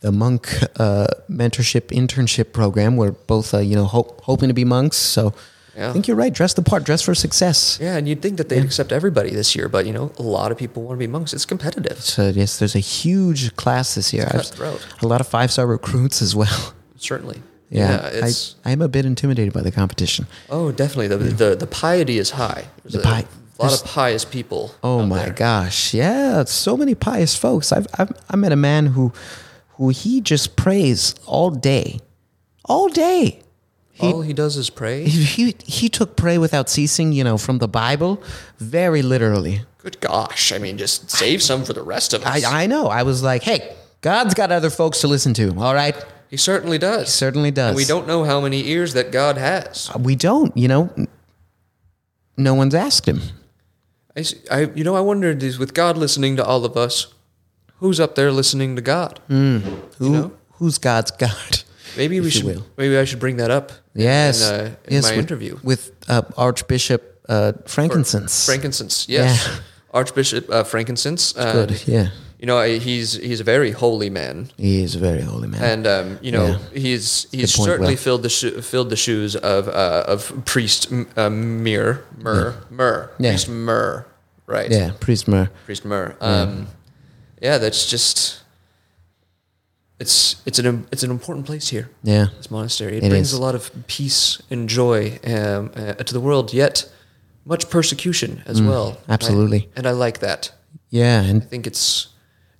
S1: the monk uh, mentorship internship program. We're both uh, you know hope, hoping to be monks, so I think you're right. Dress the part. Dress for success.
S2: Yeah, and you'd think that they'd accept everybody this year, but you know, a lot of people want to be monks. It's competitive.
S1: So yes, there's a huge class this year. I've-
S2: cutthroat.
S1: a lot of five star recruits as well.
S2: Certainly.
S1: Yeah,
S2: it's
S1: I, I'm a bit intimidated by the competition.
S2: oh, definitely the, the the piety is high. There's
S1: The
S2: a
S1: pi-
S2: lot
S1: there's-
S2: of pious people.
S1: Oh
S2: out
S1: my
S2: there.
S1: gosh! Yeah, so many pious folks. I've, I've I met a man who, who he just prays all day, all day.
S2: All he does is pray.
S1: He he took pray without ceasing. You know, from the Bible, very literally.
S2: Good gosh! I mean, just save some for the rest of us.
S1: I I know. I was like, hey, God's got other folks to listen to. All right,
S2: he certainly does.
S1: certainly does.
S2: And we don't know how many ears that God has.
S1: We don't. You know, no one's asked him.
S2: I, s- I- you know, I wondered is with God listening to all of us, who's up there listening to God?
S1: Who who's God's God?
S2: Maybe
S1: Mm,
S2: we
S1: you
S2: should.
S1: will.
S2: Maybe I should bring that up. in-
S1: Yes.
S2: In, uh, in
S1: yes,
S2: my
S1: with,
S2: interview.
S1: with uh, Archbishop uh, Frankincense.
S2: Frankincense. Yes.
S1: Yeah.
S2: Archbishop uh, Frankincense. Uh,
S1: Good. Mm. Yeah,
S2: You know, I- he's he's a very holy man,
S1: he is a very holy man.
S2: and um, you know he's he's
S1: point,
S2: certainly
S1: Will.
S2: filled the sho- filled the shoes of uh, of priest M- uh, Mir Myrrh Myrrh
S1: Yeah.
S2: priest Myrrh right
S1: yeah, priest Mer.
S2: priest Myrrh. Um, yeah, that's just it's it's an im- it's an important place here.
S1: Yeah,
S2: This monastery it,
S1: It
S2: brings
S1: is.
S2: a lot of peace and joy um, uh, to the world, yet much persecution as well.
S1: Mm, absolutely.
S2: I- and I like that.
S1: yeah, and
S2: I think it's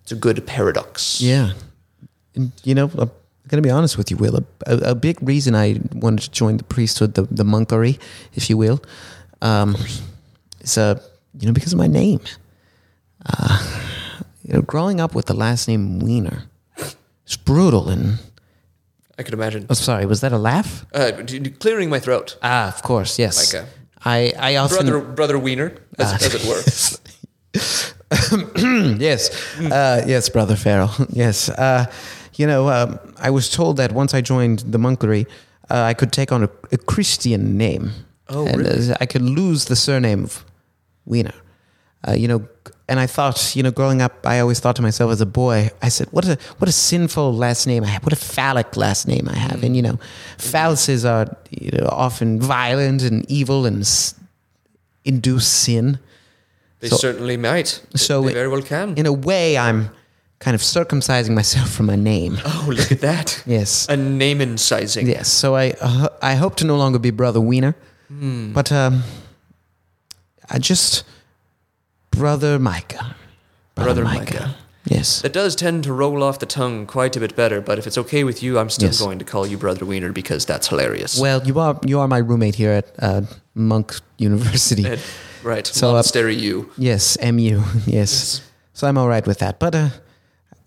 S2: it's a good paradox.
S1: yeah, and, you know. I'm gonna be honest with you, Will. A, a, a big reason I wanted to join the priesthood, the, the monkery, if you will, um, is uh, you know because of my name. Uh, you know, growing up with the last name Wiener, it's brutal. And
S2: I could imagine.
S1: oh, sorry, was that a laugh?
S2: Uh, d- d- clearing my throat,
S1: Ah, of course, yes.
S2: Like a-
S1: I I often
S2: brother, brother Wiener, as,
S1: Ah.
S2: as it were.
S1: yes,
S2: Mm.
S1: uh, yes, brother Farrell, yes. Uh, you know, um, I was told that once I joined the monkery, uh, I could take on a, a Christian name,
S2: Oh,
S1: and
S2: really?
S1: uh, I could lose the surname of Wiener. Uh, you know, and I thought, you know, growing up, I always thought to myself as a boy, I said, "What a what a sinful last name I have! What a phallic last name I
S2: Mm.
S1: have!" And you know, phalluses are you know, often violent and evil and s- induce sin.
S2: They
S1: So-
S2: certainly might. They-
S1: so
S2: they
S1: it-
S2: very well can.
S1: in a way, I'm kind of circumcising myself from my name.
S2: oh, look at that.
S1: Yes.
S2: A name incising.
S1: Yes. So I uh, I hope to no longer be Brother Wiener,
S2: Hmm.
S1: but um, I just Brother Micah.
S2: Brother Micah.
S1: Yes.
S2: That does tend to roll off the tongue quite a bit better, but if it's okay with you, I'm still
S1: Yes.
S2: going to call you Brother Wiener because that's hilarious.
S1: Well, you are you are my roommate here at uh, Monk University.
S2: Ed- right.
S1: So,
S2: So
S1: uh,
S2: Monastery you.
S1: Yes, MU. Yes. So I'm all right with that. But uh,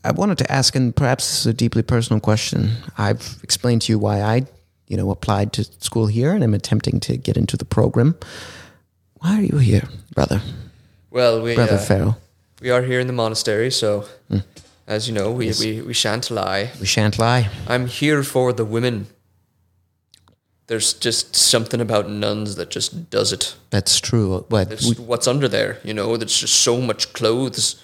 S1: I wanted to ask, and perhaps this is a deeply personal question. I've explained to you why I, you know, applied to school here and am attempting to get into the program. Why are you here, brother?
S2: Well, we,
S1: Brother Mm.
S2: uh,
S1: Farrell.
S2: we are here in the monastery, so as you know, we, we, we shan't lie.
S1: We shan't lie.
S2: I'm here for the women. There's just something about nuns that just does it.
S1: That's true. What?
S2: It's
S1: we-
S2: what's under there, you know. There's just so much clothes,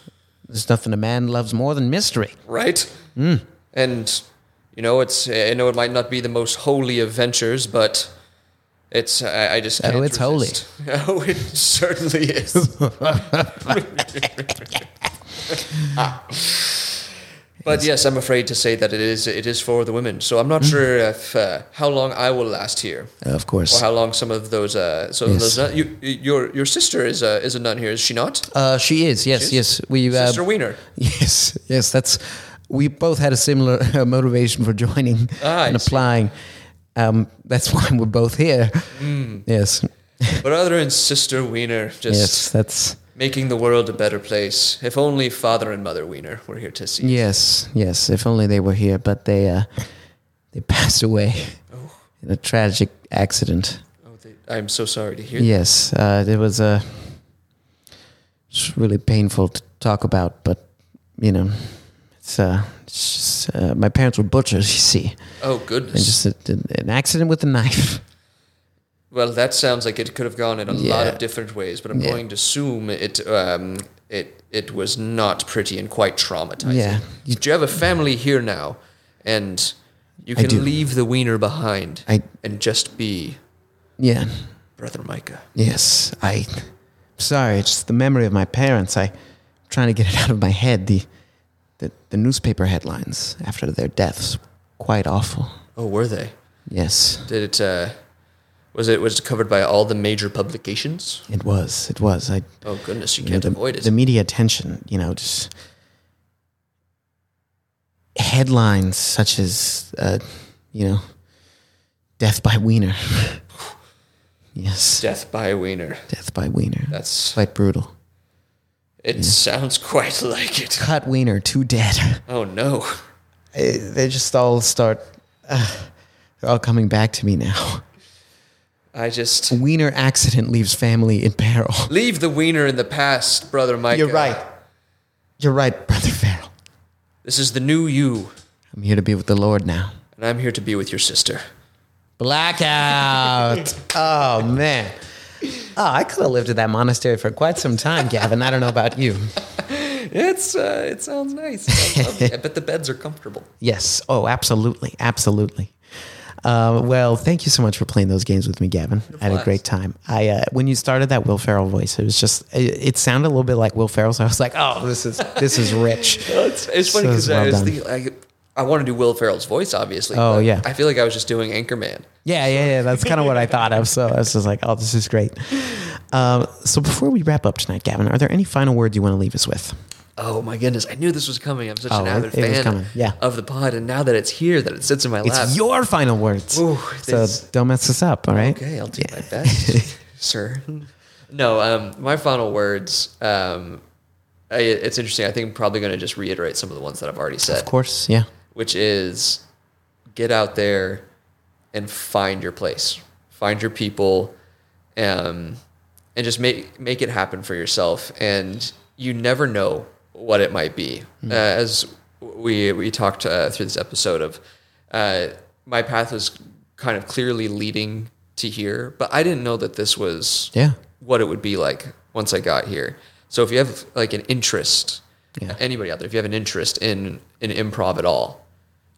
S1: There's nothing a man loves more than mystery.
S2: right?
S1: Mm.
S2: And you know, it's I know it might not be the most holy of ventures, but it's I, I just
S1: Oh,
S2: can't
S1: it's holy.
S2: holy. Oh, it certainly is. Ah. But yes, I'm afraid to say that it is it is for the women. So I'm not
S1: Mm.
S2: sure if uh, how long I will last here.
S1: Of course.
S2: Or how long some of those uh, so those nun- you, your your sister is a, is a nun here, is she not?
S1: Uh, she is. Yes.
S2: She is?
S1: Yes. We. Uh,
S2: Sister Wiener.
S1: Yes, yes, that's. We both had a similar motivation for joining
S2: Ah, I
S1: and
S2: see.
S1: applying. Um, that's why we're both here. Yes,
S2: Brother and Sister Wiener, Mm. just
S1: yes, that's
S2: making the world a better place. If only Father and Mother Wiener were here to see.
S1: yes, yes. If only they were here, but they uh, they passed away in a tragic accident.
S2: Oh, they, I'm so sorry to hear.
S1: Yes, uh, it was a. It's really painful to talk about, but you know, it's, uh, it's just, uh, my parents were butchers. You see,
S2: Oh
S1: and
S2: goodness.
S1: just a, an accident with a knife.
S2: well, that sounds like it could have gone in a lot
S1: Yeah.
S2: of different ways, but I'm
S1: Yeah.
S2: going to assume it um, it it was not pretty and quite traumatizing.
S1: Yeah.
S2: You, you have a family here now, and you
S1: I do.
S2: can leave the Wiener behind
S1: I-
S2: and just be
S1: Yeah.
S3: Brother Micah.
S1: Yes, I. Sorry, it's just the memory of my parents. I, am trying to get it out of my head. The, the, the newspaper headlines after their deaths, quite awful.
S2: Oh, were they?
S1: Yes,
S2: Did it? Uh, was it was it covered by all the major publications?
S1: it was. It was. I
S2: Oh goodness, you
S1: you know,
S2: can't
S1: the,
S2: avoid it.
S1: the media attention, you know, just headlines such as, uh, you know, death by Wiener. yes,
S2: Death by Wiener.
S1: death by Wiener.
S2: That's
S1: quite brutal.
S2: it. Sounds quite like it.
S1: Cut Wiener, two dead.
S2: Oh no.
S1: Eh, they just all start. Uh, they're all coming back to me now.
S2: I just
S1: Wiener accident leaves family in peril.
S2: leave the wiener in the past, brother Mike.
S1: You're right. You're right, brother Farrell.
S2: This is the new you,
S1: I'm here to be with the Lord now.
S2: and I'm here to be with your sister.
S1: Blackout. oh man. Oh, I could have lived at that monastery for quite some time, Gavin. I don't know about you.
S2: It's uh, it sounds nice. It sounds lovely. I bet the beds are comfortable.
S1: Yes. Oh, absolutely, absolutely. Uh, well, thank you so much for playing those games with me, Gavin. I had a
S2: course.
S1: great time. I uh, when you started that Will Ferrell voice, it was just it, it sounded a little bit like Will Ferrell. So I was like, oh, this is this is rich.
S2: It's, it's funny
S1: So
S2: because
S1: well
S2: I was
S1: done.
S2: thinking, I, I want to do Will Ferrell's voice, obviously.
S1: Oh,
S2: but
S1: yeah.
S2: I feel like I was just doing Anchorman.
S1: Yeah, yeah, yeah. That's kind of what I thought of. So I was just like, oh, this is great. Um, so before we wrap up tonight, Gavin, are there any final words you want to leave us with?
S2: Oh my goodness! I knew this was coming. I'm such
S1: Oh,
S2: an
S1: it-
S2: avid
S1: it was
S2: fan
S1: coming. Yeah.
S2: of the pod, and now that it's here, that it sits in my
S1: It's
S2: lap.
S1: your final words.
S2: Ooh,
S1: so
S2: this-
S1: don't mess this up, all right?
S2: okay, I'll do my best, sir. No, um, my final words. Um, I, it's interesting. I think I'm probably going to just reiterate some of the ones that I've already said.
S1: Of course, yeah.
S2: which is get out there and find your place, find your people, um, and just make make it happen for yourself. And you never know what it might be. Uh, as we we talked uh, through this episode of, uh, my path was kind of clearly leading to here, but I didn't know that this was
S1: Yeah.
S2: what it would be like once I got here. So if you have like an interest,
S1: Yeah.
S2: anybody out there, if you have an interest in in improv at all,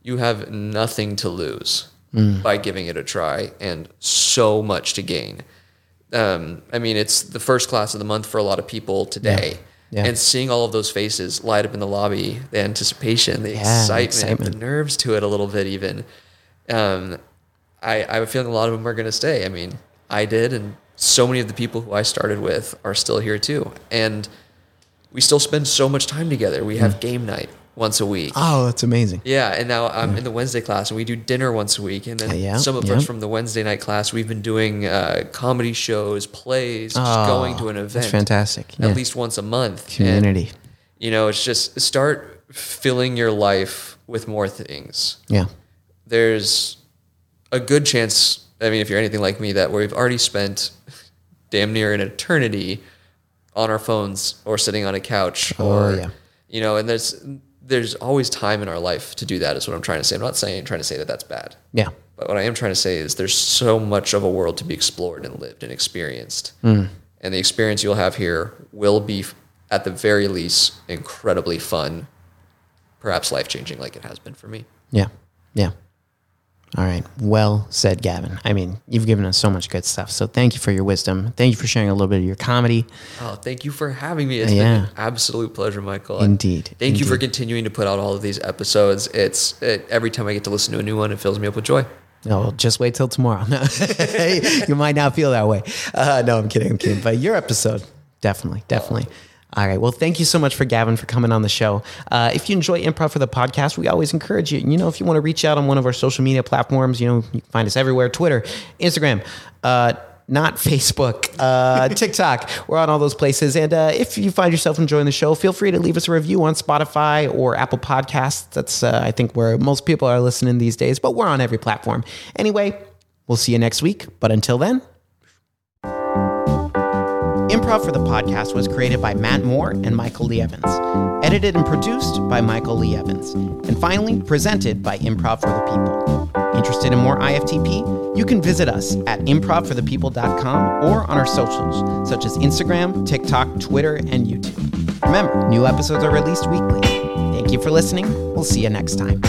S2: you have nothing to lose
S1: Mm.
S2: by giving it a try, and so much to gain. Um, I mean, it's the first class of the month for a lot of people today.
S1: Yeah.
S2: And seeing all of those faces light up in the lobby, the anticipation, the
S1: Yeah,
S2: excitement,
S1: excitement.
S2: the nerves to it a little bit even. Um, I, I have a feeling a lot of them are going to stay. I mean, I did, and so many of the people who I started with are still here too. And we still spend so much time together. We
S1: Mm.
S2: have game night once a week.
S1: Oh, that's amazing.
S2: Yeah, and now I'm in the Wednesday class, and we do dinner once a week. And then
S1: Uh, Mm. yeah,
S2: some of
S1: yeah.
S2: us from the Wednesday night class, we've been doing uh, comedy shows, plays,
S1: Oh,
S2: just going to an event.
S1: that's fantastic.
S2: At
S1: Yeah.
S2: least once a month. And,
S1: Community.
S2: you know, it's just start filling your life with more things
S1: Yeah.
S2: there's a good chance. I mean, if you're anything like me, that we've already spent damn near an eternity on our phones or sitting on a couch,
S1: Oh,
S2: or
S1: yeah.
S2: you know, and there's there's always time in our life to do that. Is what I'm trying to say. I'm not saying trying to say that that's bad,
S1: Yeah.
S2: but what I am trying to say is there's so much of a world to be explored and lived and experienced,
S1: Hmm.
S2: and the experience you'll have here will be, at the very least, incredibly fun, perhaps life changing, like it has been for me.
S1: Yeah. Yeah. All right. Well said, Gavin. I mean, you've given us so much good stuff. So thank you for your wisdom. Thank you for sharing a little bit of your comedy.
S2: Oh, thank you for having me. It's
S1: Yeah.
S2: been an absolute pleasure, Michael.
S1: Indeed.
S2: Thank you for continuing to put out all of these episodes. It's it, every time I get to listen to a new one, it fills me up with joy.
S1: No, well, just wait till tomorrow. No. you might not feel that way. Uh, no, I'm kidding. I'm kidding. But your episode, definitely, definitely. All right. Well, thank you so much for Gavin for coming on the show. Uh, if you enjoy improv for the podcast, we always encourage you. You know, if you want to reach out on one of our social media platforms, you know, you can find us everywhere: Twitter, Instagram. Uh, not Facebook, uh, TikTok. We're on all those places. And uh, if you find yourself enjoying the show, feel free to leave us a review on Spotify or Apple Podcasts. That's, uh, I think, where most people are listening these days, but we're on every platform. Anyway, we'll see you next week. But until then, Improv for the podcast was created by Matt Moore and Michael Lee Evans, edited and produced by Michael Lee Evans, and finally presented by Improv for the People. Interested in more IFTP? You can visit us at improvforthepeople.com or on our socials such as Instagram, TikTok, Twitter, and YouTube. Remember, new episodes are released weekly. Thank you for listening. We'll see you next time.